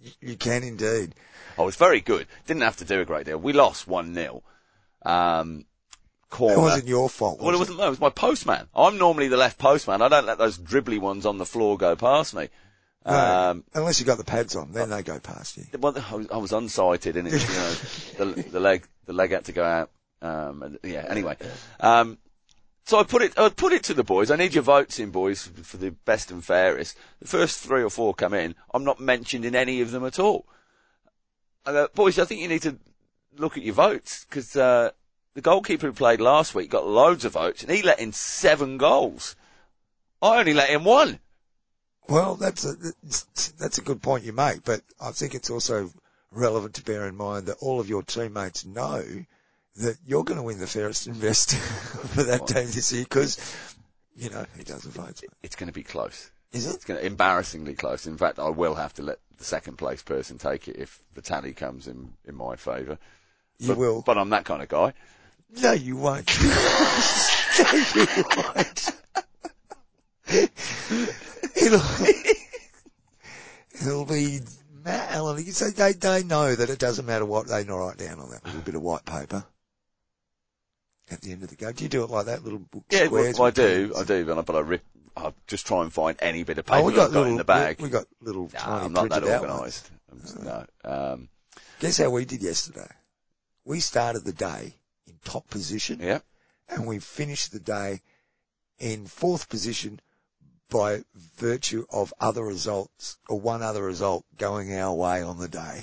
Speaker 1: you, you can indeed.
Speaker 2: I was Oh, very good. Didn't have to do a great deal. We lost one 0 Um, corner.
Speaker 1: It wasn't your fault.
Speaker 2: Well, it
Speaker 1: was it?
Speaker 2: wasn't. No, it was my postman. I'm normally the left postman. I don't let those dribbly ones on the floor go past me. Um,
Speaker 1: Unless you got the pads on, then they go past you.
Speaker 2: well, I was, I was unsighted, and it's you know the, the leg the leg had to go out. Um, and yeah. Anyway, um, so I put it I put it to the boys. I need your votes in, boys, for the best and fairest. The first three or four come in. I'm not mentioned in any of them at all. And, uh, boys, I think you need to look at your votes because uh, the goalkeeper who played last week got loads of votes, and he let in seven goals. I only let in one.
Speaker 1: Well, that's a that's a good point you make, but I think it's also relevant to bear in mind that all of your teammates know that you're going to win the fairest and best for that team this year because you know he doesn't vote.
Speaker 2: It's going to be close.
Speaker 1: Is it?
Speaker 2: It's going to embarrassingly close. In fact, I will have to let the second place person take it if the tally comes in in my favour.
Speaker 1: You
Speaker 2: But-
Speaker 1: will.
Speaker 2: but I'm that kind of guy.
Speaker 1: No, you won't. no, you won't. it'll, it'll be Matt Allen. You can say they, they know that it doesn't matter what they write down on that little bit of white paper at the end of the game. Do you do it like that little book?
Speaker 2: Yeah,
Speaker 1: squares
Speaker 2: well, I
Speaker 1: with
Speaker 2: do,
Speaker 1: pins?
Speaker 2: I do, but I, but I rip. I just try and find any bit of paper
Speaker 1: Oh, we
Speaker 2: that
Speaker 1: got,
Speaker 2: I've got
Speaker 1: little,
Speaker 2: in the bag.
Speaker 1: We, we got little
Speaker 2: Nah,
Speaker 1: tiny
Speaker 2: I'm not that
Speaker 1: printed out ones.
Speaker 2: organised. I'm just- No. Um,
Speaker 1: Guess how we did yesterday? We started the day in top position.
Speaker 2: yeah.
Speaker 1: and we finished the day in fourth position by virtue of other results or one other result going our way on the day.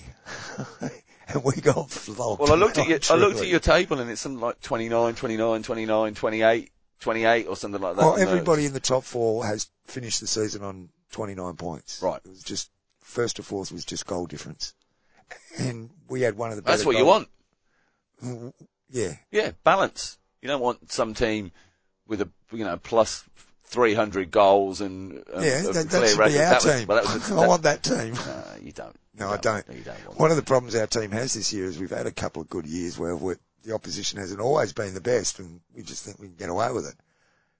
Speaker 1: and we got flogged.
Speaker 2: Well, I looked at your, I looked at
Speaker 1: Truly.
Speaker 2: your table, and it's something like 29, 29, 29, 28, 28, or something like that. uh,
Speaker 1: Well,
Speaker 2: on the-
Speaker 1: everybody in the top four has finished the season on 29 points.
Speaker 2: Right.
Speaker 1: It was just first to fourth was just goal difference. And we had one of the
Speaker 2: That's
Speaker 1: better
Speaker 2: what you
Speaker 1: goal- Mm,
Speaker 2: want.
Speaker 1: Yeah.
Speaker 2: Yeah, balance. You don't want some team with a you know plus three hundred goals and um,
Speaker 1: Yeah,
Speaker 2: a
Speaker 1: that,
Speaker 2: clear
Speaker 1: that should
Speaker 2: record.
Speaker 1: be our
Speaker 2: That was-
Speaker 1: team.
Speaker 2: well, that was a-
Speaker 1: I want that team.
Speaker 2: No, you don't.
Speaker 1: No,
Speaker 2: You
Speaker 1: I don't.
Speaker 2: You don't want
Speaker 1: One of the problems our team has this year is we've had a couple of good years where we the opposition hasn't always been the best, and we just think we can get away with it.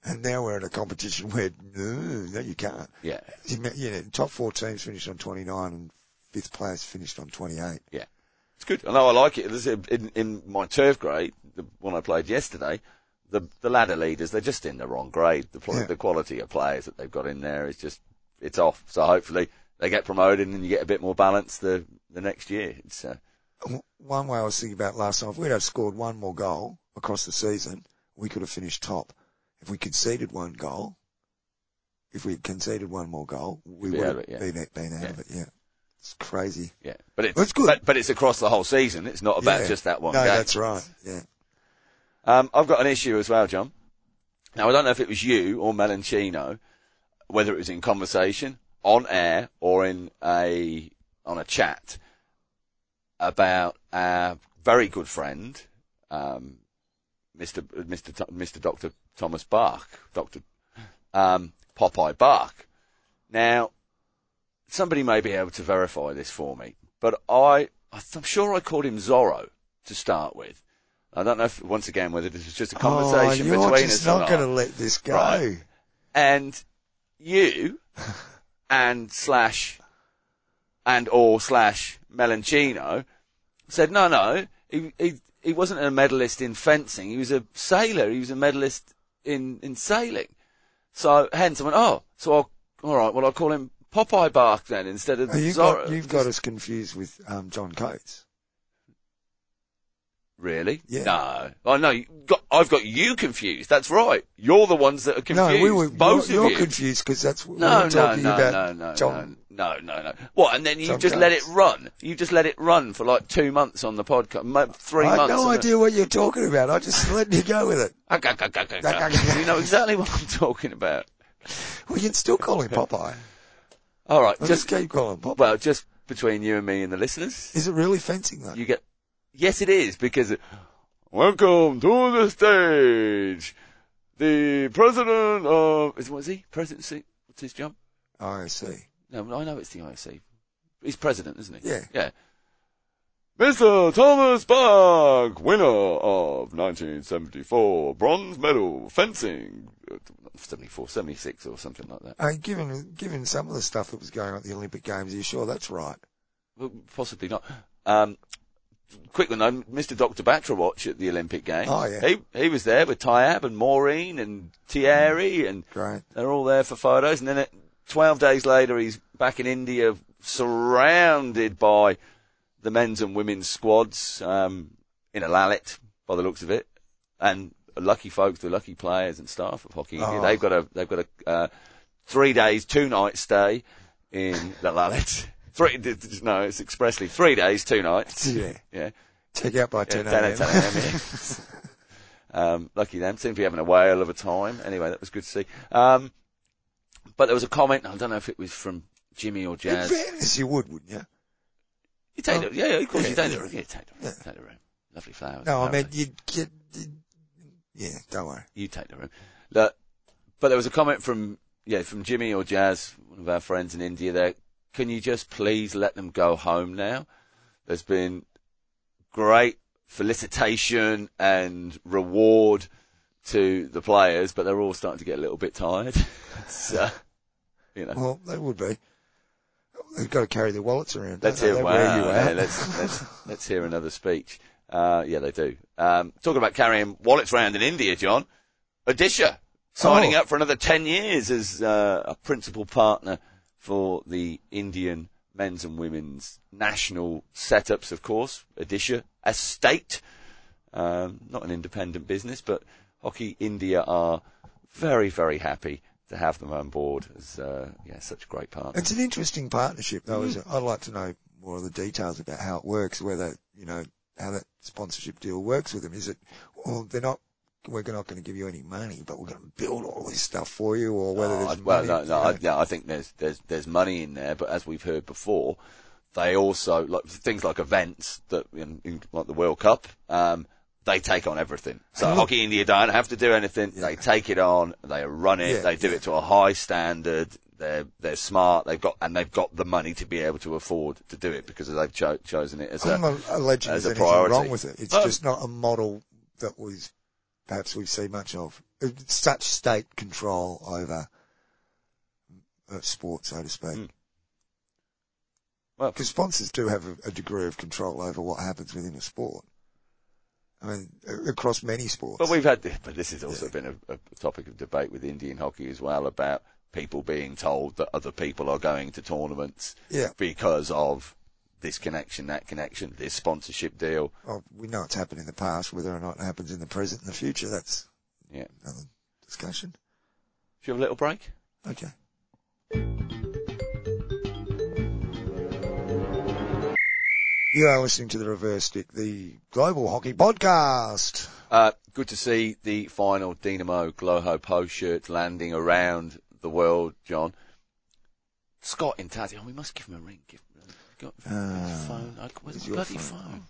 Speaker 1: And now we're in a competition where no, no, you can't.
Speaker 2: that. Yeah,
Speaker 1: You know, top four teams finished on 29, and fifth place finished on 28.
Speaker 2: Yeah. It's good. I know I like it. This is- In, in my turf grade, the one I played yesterday, the, the ladder leaders, they're just in the wrong grade. The, pl-
Speaker 1: Yeah.
Speaker 2: the quality of players that they've got in there is just, it's off. So hopefully they get promoted and you get a bit more balance the, the next year. It's, uh,
Speaker 1: W- One way I was thinking about last night, if we'd have scored one more goal across the season, we could have finished top. If we conceded one goal, if we had conceded one more goal, we
Speaker 2: Be
Speaker 1: would
Speaker 2: out
Speaker 1: have
Speaker 2: of it, yeah.
Speaker 1: been, been out of it. Yeah, it's crazy.
Speaker 2: yeah, but it's,
Speaker 1: That's good.
Speaker 2: But, but it's across the whole season. It's not about
Speaker 1: Yeah.
Speaker 2: just that one
Speaker 1: No,
Speaker 2: game.
Speaker 1: that's right. Yeah.
Speaker 2: Um, I've got an issue as well, John. Now, I don't know if it was you or Melanchino, whether it was in conversation, on air, or in a, on a chat about our very good friend, um, Mr. Mr. Th- Mr. Dr. Thomas Bark, Dr. Um, Popeye Bark. Now, somebody may be able to verify this for me, but I, I'm sure I called him Zorro to start with. I don't know if, once again, whether this was just a conversation
Speaker 1: oh, you're
Speaker 2: between
Speaker 1: just
Speaker 2: us or
Speaker 1: not going to let this go.
Speaker 2: Right. and you and slash and or slash Melanchino said no no he he he wasn't a medalist in fencing he was a sailor he was a medalist in in sailing so hence I went oh so I'll all right well I'll call him Popeye Bark then instead of
Speaker 1: Oh, you've
Speaker 2: Zorro
Speaker 1: got, you've got us confused with um, John Coates.
Speaker 2: really
Speaker 1: Yeah.
Speaker 2: no oh no you got, I've got you confused that's right you're the ones that are confused
Speaker 1: No, we were
Speaker 2: both
Speaker 1: you're, you're
Speaker 2: of you
Speaker 1: confused because that's we
Speaker 2: No,
Speaker 1: were
Speaker 2: no,
Speaker 1: talking
Speaker 2: no, no,
Speaker 1: about
Speaker 2: no,
Speaker 1: John.
Speaker 2: no, no, no, no. What? And then you
Speaker 1: John
Speaker 2: just let it
Speaker 1: Coates.
Speaker 2: run. You just let it run for like two months on the podcast, mo- three
Speaker 1: I had
Speaker 2: months.
Speaker 1: no
Speaker 2: on the-
Speaker 1: idea what you're talking about. I just let you go with it.
Speaker 2: Ah, gah, gah, gah, gah, gah. you know exactly what I'm talking about.
Speaker 1: We can still call him Popeye.
Speaker 2: All right,
Speaker 1: We'll
Speaker 2: just
Speaker 1: just keep calling him Popeye.
Speaker 2: well, just between you and me and the listeners,
Speaker 1: Is it really fencing though?
Speaker 2: you get. Yes, it is because. Welcome to the stage, the president of is what's he? Presidency? What's his job?
Speaker 1: Oh, I see.
Speaker 2: No, I know it's the IOC. He's president, isn't he?
Speaker 1: Yeah.
Speaker 2: Yeah. Mr. Thomas Bach, winner of 1974 bronze medal fencing, uh, 74, 76 or something like that.
Speaker 1: Uh, given given some of the stuff that was going on at the Olympic Games, are you sure that's right?
Speaker 2: Well, Possibly not. Um, quick one though, Mr. Dr. Batrawatch at the Olympic Games.
Speaker 1: Oh, yeah.
Speaker 2: He, he was there with Tyab and Maureen and Thierry and
Speaker 1: Great.
Speaker 2: They're all there for photos, and then it, 12 days later, he's back in India, surrounded by the men's and women's squads um, in a lallet, by the looks of it, and lucky folks, the lucky players and staff of Hockey India.
Speaker 1: Oh.
Speaker 2: They've got a they've got a uh, three days, two nights stay in the lallet. Three, d- d- no, it's expressly three days, two nights.
Speaker 1: Yeah.
Speaker 2: yeah.
Speaker 1: Take out by ten
Speaker 2: Yeah,
Speaker 1: a.m.
Speaker 2: 10 10 a.m., yeah. um, lucky them. Seem to be having a whale of a time. Anyway, that was good to see. Um, but there was a comment. I don't know if it was from Jimmy or
Speaker 1: In
Speaker 2: Jazz.
Speaker 1: fairness, you would, wouldn't you?
Speaker 2: You take the, yeah, yeah, of course
Speaker 1: Yeah,
Speaker 2: you take the
Speaker 1: yeah.
Speaker 2: room. Yeah, take the room.
Speaker 1: Yeah.
Speaker 2: Take the room. Lovely flowers.
Speaker 1: No, I mean
Speaker 2: apparently.
Speaker 1: you'd get. you'd- Yeah, don't worry.
Speaker 2: you take the room. Look, but there was a comment from yeah from Jimmy or Jazz, one of our friends in India. There, can you just please let them go home now? There's been great felicitation and reward to the players, but they're all starting to get a little bit tired. so, you know,
Speaker 1: Well, they would be. They've got to carry their wallets around.
Speaker 2: let's
Speaker 1: don't
Speaker 2: hear
Speaker 1: they?
Speaker 2: wow,
Speaker 1: Where you
Speaker 2: yeah,
Speaker 1: at.
Speaker 2: let's, let's let's hear another speech. Uh, yeah, they do. Um, talking about carrying wallets round in India, John. Odisha signing
Speaker 1: Oh.
Speaker 2: up for another 10 years as uh, a principal partner for the Indian men's and women's national setups, of course. Odisha, a state, um, not an independent business, but Hockey India are very, very happy to have them on board as uh, yeah, such great partners.
Speaker 1: It's an interesting partnership, though,
Speaker 2: Hmm.
Speaker 1: isn't it? I'd like to know more of the details about how it works, whether, you know, how that sponsorship deal works with them. Is it, well, they're not, we're not going to give you any money, but we're going to build all this stuff for you, or whether
Speaker 2: Oh,
Speaker 1: there's
Speaker 2: I- well,
Speaker 1: money.
Speaker 2: no, no,
Speaker 1: you
Speaker 2: I,
Speaker 1: know.
Speaker 2: no, I think there's there's there's money in there, but as we've heard before, they also like things like events that in, in like the World Cup, um, they take on everything. So
Speaker 1: And look-
Speaker 2: Hockey India don't have to do anything; they take it on, they run it,
Speaker 1: Yeah,
Speaker 2: they do
Speaker 1: yeah.
Speaker 2: it to a high standard. They're they're smart. They've got and they've got the money to be able to afford to do it because they've cho- chosen it as a
Speaker 1: I'm not alleging
Speaker 2: as
Speaker 1: there's
Speaker 2: a
Speaker 1: anything
Speaker 2: priority.
Speaker 1: wrong with it. It's
Speaker 2: No.
Speaker 1: just not a model that was, perhaps we see much of. It's such state control
Speaker 2: Mm.
Speaker 1: over uh, sport, so to speak.
Speaker 2: Well,
Speaker 1: Because sponsors do have a, a degree of control over what happens within a sport. I mean, a- across many sports.
Speaker 2: But we've had, this, but this has also been a, a topic of debate with Indian hockey as well about people being told that other people are going to tournaments
Speaker 1: yeah.
Speaker 2: because of this connection, that connection, this sponsorship deal.
Speaker 1: Well, Oh, we know it's happened in the past. Whether or not it happens in the present and the future, that's
Speaker 2: Yeah.
Speaker 1: another discussion.
Speaker 2: Should we have a little break?
Speaker 1: Okay. You are listening to the Reverse Stick, the Global Hockey Podcast.
Speaker 2: Uh, good to see the final Dynamo Gloho Post shirt landing around the world, John. Scott in Tassie. Oh, we must give him a ring. Give him got
Speaker 1: Ah,
Speaker 2: his phone. I, where's
Speaker 1: is
Speaker 2: my
Speaker 1: your
Speaker 2: bloody
Speaker 1: phone?
Speaker 2: Uh, phone?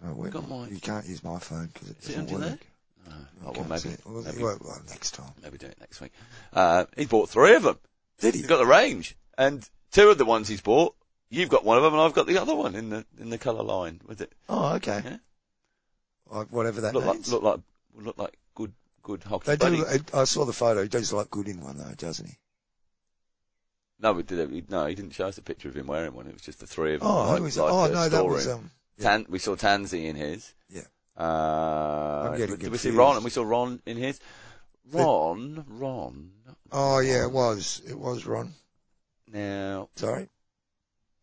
Speaker 1: Don't know where-
Speaker 2: Got mine.
Speaker 1: You can't use my phone because it
Speaker 2: Is it
Speaker 1: doesn't
Speaker 2: under
Speaker 1: work.
Speaker 2: there? No. Oh, well,
Speaker 1: Can't see
Speaker 2: maybe,
Speaker 1: it. Well,
Speaker 2: maybe,
Speaker 1: well, well, next time.
Speaker 2: maybe do it next week. Uh, he's bought three of them.
Speaker 1: Did he?
Speaker 2: He's got the range. And two of the ones he's bought, you've got one of them and I've got the other one in the, in the colour line with it.
Speaker 1: Oh, okay.
Speaker 2: Yeah.
Speaker 1: Like, whatever that
Speaker 2: Look like,
Speaker 1: means.
Speaker 2: look like, look like good, good hockey.
Speaker 1: they
Speaker 2: but
Speaker 1: do.
Speaker 2: he-
Speaker 1: I saw the photo. He does look good in one though, doesn't he?
Speaker 2: No, we did it. No, he didn't show us a picture of him wearing one. It was just the three of them.
Speaker 1: Oh,
Speaker 2: like,
Speaker 1: who was
Speaker 2: like
Speaker 1: oh
Speaker 2: the
Speaker 1: no, that
Speaker 2: storeroom.
Speaker 1: was um. yeah.
Speaker 2: Tan, we saw Tansy in his.
Speaker 1: Yeah.
Speaker 2: Uh,
Speaker 1: I'm
Speaker 2: did
Speaker 1: getting
Speaker 2: we see
Speaker 1: confused.
Speaker 2: Ron? And we saw Ron in his. Ron, Ron.
Speaker 1: Oh yeah, it was. It was Ron.
Speaker 2: Now,
Speaker 1: Sorry.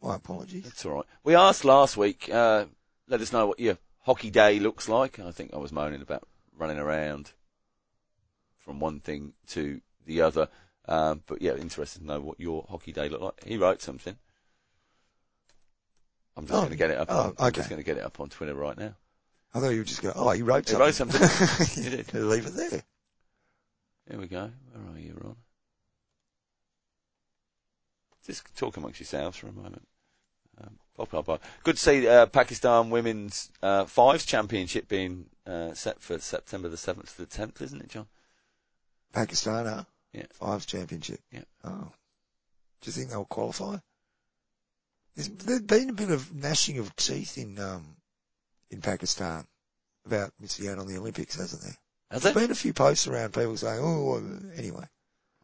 Speaker 1: My apologies.
Speaker 2: That's all right. We asked last week, uh, let us know what your hockey day looks like. I think I was moaning about running around from one thing to the other. Um, but yeah, interested to know what your hockey day looked like. He wrote something. I'm just
Speaker 1: Oh,
Speaker 2: going to get it up.
Speaker 1: oh,
Speaker 2: on, I'm just
Speaker 1: okay.
Speaker 2: going to get it up on Twitter right now.
Speaker 1: I thought you were just going. Oh, he wrote
Speaker 2: He
Speaker 1: something.
Speaker 2: wrote something. He did.
Speaker 1: Leave it there.
Speaker 2: Here we go. Where are you, Ron? Just talk amongst yourselves for a moment. Um, blah, blah, blah. Good to see uh, Pakistan Women's uh, Fives Championship being uh, set for September the 7th to the 10th, isn't it, John?
Speaker 1: Pakistan, huh?
Speaker 2: Yeah.
Speaker 1: Fives Championship.
Speaker 2: Yeah.
Speaker 1: Oh. Do you think they'll qualify? There's, there's been a bit of gnashing of teeth in um in Pakistan about missing out on the Olympics, hasn't there?
Speaker 2: Has
Speaker 1: There's
Speaker 2: it?
Speaker 1: been a few posts around people saying, "Oh, well," anyway."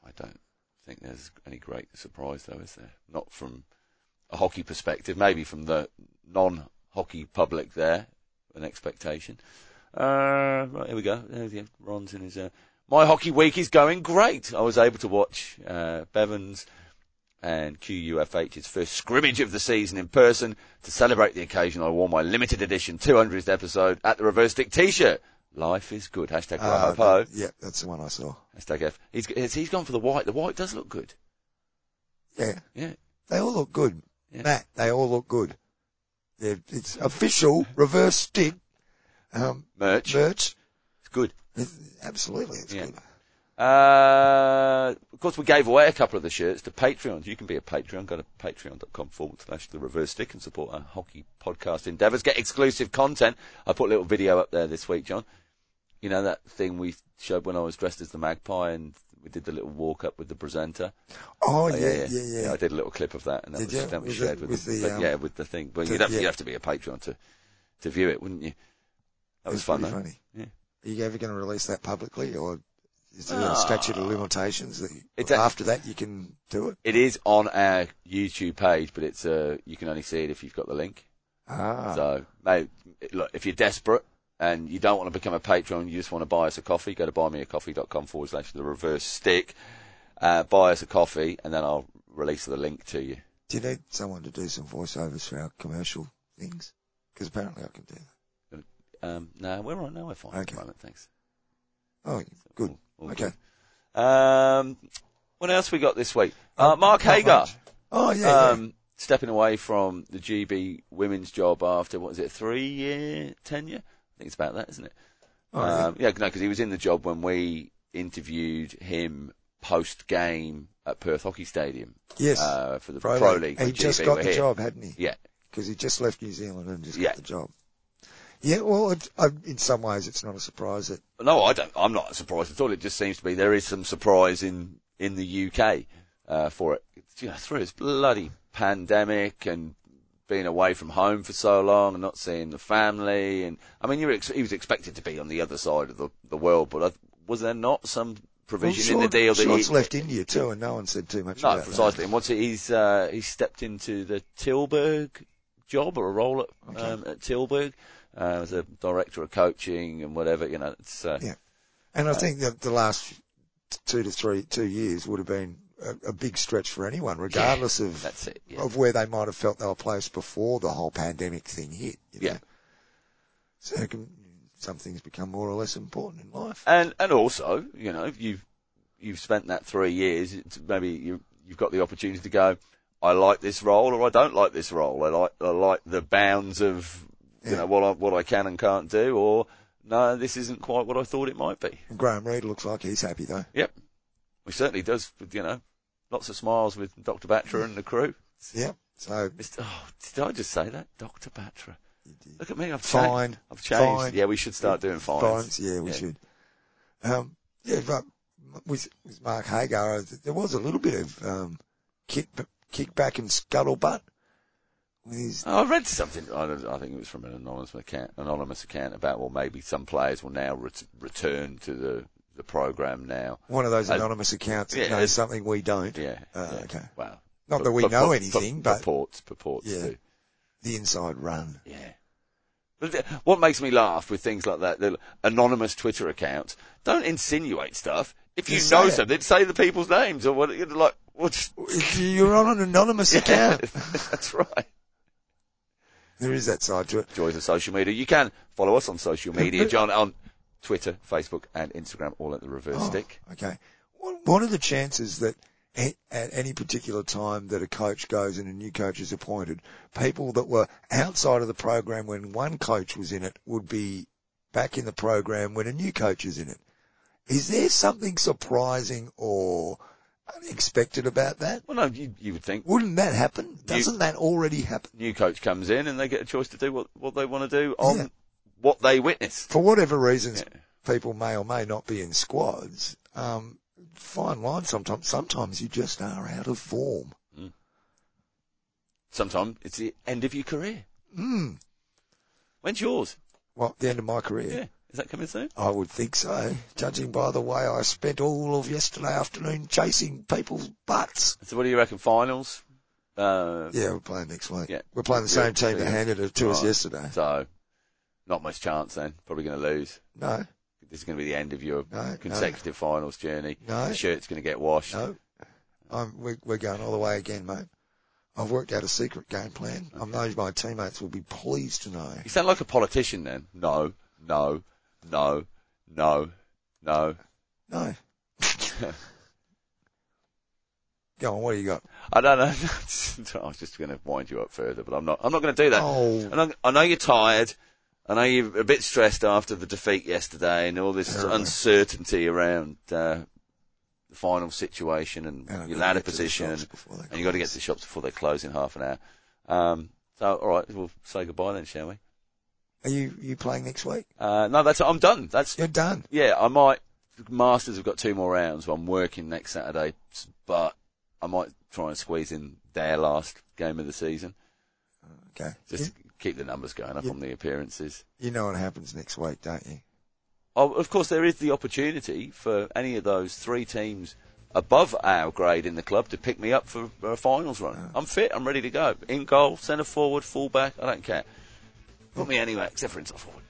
Speaker 2: I don't think there's any great surprise, though, is there? Not from a hockey perspective, maybe from the non-hockey public there, an expectation. Uh, right, here we go. There's the- Ron's in his. Uh, My hockey week is going great. I was able to watch uh, Bevans and QUFH's first scrimmage of the season in person. To celebrate the occasion, I wore my limited edition 200th episode at the Reverse Stick T-shirt. Life is good. Hashtag
Speaker 1: Uh,
Speaker 2: Rafa Po.
Speaker 1: that- yeah, that's the one I saw.
Speaker 2: Hashtag F. He's, he's gone for the white. The white does look good.
Speaker 1: Yeah,
Speaker 2: Yeah.
Speaker 1: they all look good.
Speaker 2: Yeah.
Speaker 1: Matt, they all look good. They're, it's official reverse stick um,
Speaker 2: Merch.
Speaker 1: merch.
Speaker 2: It's good.
Speaker 1: It's- Absolutely, it's
Speaker 2: Yeah.
Speaker 1: good.
Speaker 2: Uh, of course, we gave away a couple of the shirts to Patreons. You can be a Patreon. Go to patreon.com forward slash the reverse stick and support our hockey podcast endeavours. Get exclusive content. I put a little video up there this week, John. You know that thing we showed when I was dressed as the magpie and we did the little walk up with the presenter.
Speaker 1: Oh, yeah, yeah, yeah.
Speaker 2: I did a little clip of that and that
Speaker 1: Did
Speaker 2: was,
Speaker 1: you?
Speaker 2: that was
Speaker 1: With the-
Speaker 2: shared with,
Speaker 1: with
Speaker 2: the,
Speaker 1: the,
Speaker 2: but
Speaker 1: um,
Speaker 2: yeah, with the thing. But
Speaker 1: the-
Speaker 2: you'd have,
Speaker 1: yeah.
Speaker 2: you'd have to be a Patreon to, to view it, wouldn't you? That was fun,
Speaker 1: pretty
Speaker 2: though.
Speaker 1: funny.
Speaker 2: Yeah.
Speaker 1: Are you ever going to release that publicly, or is there
Speaker 2: Ah.
Speaker 1: a statute of limitations that you-
Speaker 2: It's a-
Speaker 1: after that you can do it?
Speaker 2: It is on our YouTube page, but it's, uh, you can only see it if you've got the link.
Speaker 1: Ah,
Speaker 2: So, mate, look, if you're desperate and you don't want to become a Patreon, you just want to buy us a coffee, go to buymeacoffee.com forward slash the reverse stick, uh, buy us a coffee, and then I'll release the link to you.
Speaker 1: do you need someone to do some voiceovers for our commercial things? Because apparently I can do that.
Speaker 2: Um, no, we're on. No, we're fine at
Speaker 1: Okay.
Speaker 2: the moment. Thanks.
Speaker 1: Oh, good.
Speaker 2: All- all
Speaker 1: Okay.
Speaker 2: good. Um, what else we got this week? Uh, Mark
Speaker 1: Not
Speaker 2: Hagar.
Speaker 1: much. Oh yeah, yeah.
Speaker 2: um, stepping away from the GB women's job after what is it, three year tenure? I think it's about that, isn't it?
Speaker 1: Oh, yeah.
Speaker 2: um, yeah. no, because he was in the job when we interviewed him post game at Perth Hockey Stadium
Speaker 1: yes.
Speaker 2: uh, for the
Speaker 1: Pro
Speaker 2: Pro,
Speaker 1: League.
Speaker 2: League.
Speaker 1: And he
Speaker 2: when
Speaker 1: just
Speaker 2: GB
Speaker 1: got
Speaker 2: were
Speaker 1: the
Speaker 2: here.
Speaker 1: job, hadn't he?
Speaker 2: Yeah,
Speaker 1: Because he just left New Zealand and just
Speaker 2: Yeah.
Speaker 1: got the job. Yeah, well, it, I, in some ways, it's not a surprise that
Speaker 2: no, I don't. I'm not surprised at all. It just seems to be there is some surprise in in the UK uh, for it. It's, You know, through this bloody pandemic and being away from home for so long and not seeing the family, and I mean, you were ex- he was expected to be on the other side of the the world, but I, was uh, there not some provision
Speaker 1: Well,
Speaker 2: in the deal that
Speaker 1: Short's
Speaker 2: he,
Speaker 1: left India too, and no one said too much
Speaker 2: no,
Speaker 1: about
Speaker 2: precisely. And once it, he's uh, he's stepped into the Tilburg job or a role at,
Speaker 1: Okay.
Speaker 2: um, at Tilburg uh, as a director of coaching and whatever. You know, it's uh,
Speaker 1: Yeah. that. And I think that the last two to three, two years would have been a, a big stretch for anyone, regardless of
Speaker 2: that's it. Yeah.
Speaker 1: of where they might have felt they were placed before the whole pandemic thing hit. you
Speaker 2: Yeah.
Speaker 1: know. So it can, some things become more or less important in life.
Speaker 2: And and also, you know, if you've you've spent that three years. It's maybe you you've got the opportunity to go. I like this role, or I don't like this role. I like I like the bounds of you
Speaker 1: Yeah.
Speaker 2: know what I what I can and can't do, or no, this isn't quite what I thought it might be.
Speaker 1: Graham Reed looks like he's happy though.
Speaker 2: Yep, he certainly does. with, You know, lots of smiles with Dr. Batra and the crew.
Speaker 1: Yeah. So
Speaker 2: Mr. Oh, did I just say that, Dr. Batra? Look at me, I've changed.
Speaker 1: fine.
Speaker 2: I've changed.
Speaker 1: Fine.
Speaker 2: Yeah, we should start doing fines.
Speaker 1: Fines, yeah, we
Speaker 2: Yeah.
Speaker 1: should. Um, yeah, but with, with Mark Hagar, uh, there was a little bit of um, kick, kickback and scuttlebutt with his.
Speaker 2: Oh, I read something. I, don't- I think it was from an anonymous account, anonymous account about well, maybe some players will now ret- return to the the program now.
Speaker 1: One of those
Speaker 2: I-
Speaker 1: anonymous accounts that
Speaker 2: Yeah,
Speaker 1: knows
Speaker 2: it's-
Speaker 1: something we don't.
Speaker 2: Yeah.
Speaker 1: Ah,
Speaker 2: yeah.
Speaker 1: okay.
Speaker 2: Wow.
Speaker 1: Not that we
Speaker 2: Pur-
Speaker 1: know
Speaker 2: pur-
Speaker 1: anything,
Speaker 2: pur-
Speaker 1: but
Speaker 2: purports purports
Speaker 1: Yeah.
Speaker 2: to.
Speaker 1: the inside run.
Speaker 2: Yeah. But th- What makes me laugh with things like that, the anonymous Twitter accounts, don't insinuate stuff. If you
Speaker 1: Just
Speaker 2: know
Speaker 1: say it.
Speaker 2: something, say the people's names or what, you know, like, what's,
Speaker 1: You're on an anonymous
Speaker 2: yeah,
Speaker 1: account.
Speaker 2: that's right.
Speaker 1: There is that side to it.
Speaker 2: Joys of social media. You can follow us on social media, John, on Twitter, Facebook and Instagram, all at the reverse
Speaker 1: Oh,
Speaker 2: stick.
Speaker 1: Okay. What, what are the chances that a- at any particular time that a coach goes and a new coach is appointed, people that were outside of the program when one coach was in it would be back in the program when a new coach is in it? Is there something surprising or unexpected about that?
Speaker 2: Well, no, you, you would think
Speaker 1: Wouldn't that happen? Doesn't that already happen?
Speaker 2: new coach comes in and they get a choice to do what, what they want to do on
Speaker 1: Yeah.
Speaker 2: what they witnessed.
Speaker 1: For whatever reasons,
Speaker 2: Yeah.
Speaker 1: people may or may not be in squads. Um, fine line sometimes. Sometimes you just are out of form.
Speaker 2: Sometimes it's the end of your career.
Speaker 1: Mm.
Speaker 2: When's yours?
Speaker 1: Well, the end of my career.
Speaker 2: Yeah. Is that coming soon?
Speaker 1: I would think so, judging by the way I spent all of yesterday afternoon chasing people's butts.
Speaker 2: So what do you reckon? Finals? Uh,
Speaker 1: Yeah, we're playing next week.
Speaker 2: Yeah.
Speaker 1: We're playing the
Speaker 2: Yeah,
Speaker 1: same team that
Speaker 2: yeah.
Speaker 1: handed it to us
Speaker 2: Right.
Speaker 1: yesterday.
Speaker 2: So, not much chance then. Probably going to lose.
Speaker 1: No,
Speaker 2: This is going to be the end of your
Speaker 1: No, no.
Speaker 2: consecutive finals journey.
Speaker 1: No.
Speaker 2: The shirt's going to get washed.
Speaker 1: no. I'm, we're, we're going all the way again, mate. I've worked out a secret game plan. I know my teammates will be pleased to know.
Speaker 2: You sound like a politician then. No, no, no, no, no.
Speaker 1: No. Go on, what do you got?
Speaker 2: I don't know. I was just going to wind you up further, but I'm not. I'm not going to do that.
Speaker 1: Oh.
Speaker 2: And I'm- I know you're tired. I know you're a bit stressed after the defeat yesterday and all this
Speaker 1: Terribly.
Speaker 2: uncertainty around uh, the final situation and
Speaker 1: And I've
Speaker 2: your
Speaker 1: got to
Speaker 2: ladder
Speaker 1: get to the
Speaker 2: position.
Speaker 1: shops before they
Speaker 2: and you got to get
Speaker 1: close.
Speaker 2: to the shops before they close in half an hour. Um, so, all right, we'll say goodbye then, shall we?
Speaker 1: Are you, you playing next week?
Speaker 2: Uh, no, that's I'm done. That's
Speaker 1: You're done.
Speaker 2: yeah. I might. Masters have got two more rounds. So I'm working next Saturday, but I might try and squeeze in their last game of the season.
Speaker 1: Okay.
Speaker 2: Just keep the numbers going up
Speaker 1: Yeah.
Speaker 2: on the appearances.
Speaker 1: You know what happens next week, don't you?
Speaker 2: Oh, of course, there is the opportunity for any of those three teams above our grade in the club to pick me up for a finals run. I'm fit. I'm ready to go. In goal, centre forward, full back. I don't care. Put me anywhere except for inside forward.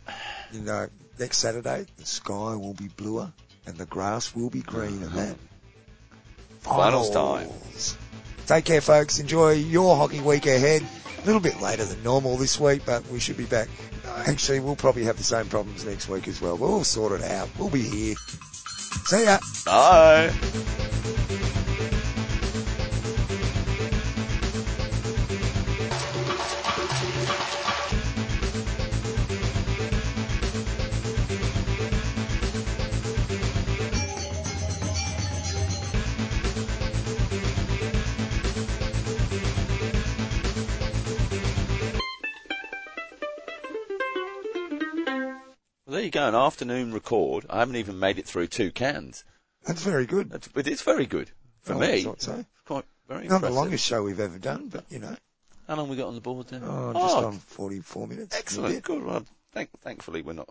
Speaker 1: You know, next Saturday, the sky will be bluer and the grass will be greener. Man.
Speaker 2: Finals time.
Speaker 1: Finals. Take care, folks. Enjoy your hockey week ahead. A little bit later than normal this week, but we should be back. Actually, we'll probably have the same problems next week as well. We'll sort it out. We'll be here. See ya.
Speaker 2: Bye. Well, there you go, an afternoon record. I haven't even made it through two cans.
Speaker 1: That's very good.
Speaker 2: That's, but it's very good for
Speaker 1: I
Speaker 2: me.
Speaker 1: thought so.
Speaker 2: Quite
Speaker 1: Oh,
Speaker 2: very
Speaker 1: Not the
Speaker 2: impressive.
Speaker 1: longest show we've ever done, but you know,
Speaker 2: How long we got on the board then?
Speaker 1: oh, just on 44 minutes.
Speaker 2: excellent.
Speaker 1: Yeah.
Speaker 2: Good. Well, thank, thankfully, we're not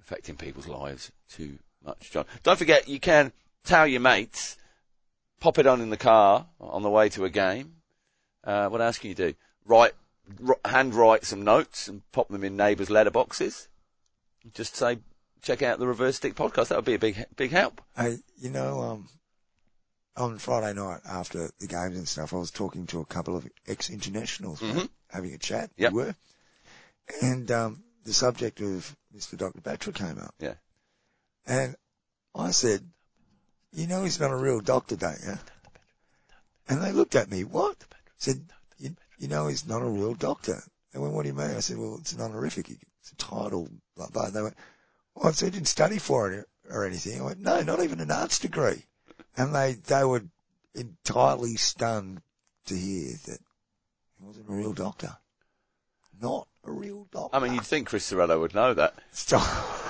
Speaker 2: affecting people's lives too much, John. Don't forget, you can tell your mates, pop it on in the car on the way to a game. Uh, what else can you do? Write, r- handwrite some notes and pop them in neighbours' letterboxes. Just say, check out the Reverse Stick podcast. That would be a big, big help.
Speaker 1: Hey, you know, um, on Friday night after the games and stuff, I was talking to a couple of ex-internationals, mate,
Speaker 2: Mhm.
Speaker 1: having a chat.
Speaker 2: Yep.
Speaker 1: We were. And, um, the subject of Mr. Dr. Batra came up.
Speaker 2: Yeah.
Speaker 1: And I said, you know, he's not a real doctor, don't you? And they looked at me, what? Said, you, you know, he's not a real doctor. They went, what do you mean? I said, well, it's an honorific. It's a title, blah, blah. And they went, well, I said, you didn't study for it or anything. I went, no, not even an arts degree. And they, they were entirely stunned to hear that he wasn't a real doctor. Not a real doctor.
Speaker 2: I mean, you'd think Chris Sorello would know that.
Speaker 1: Stop.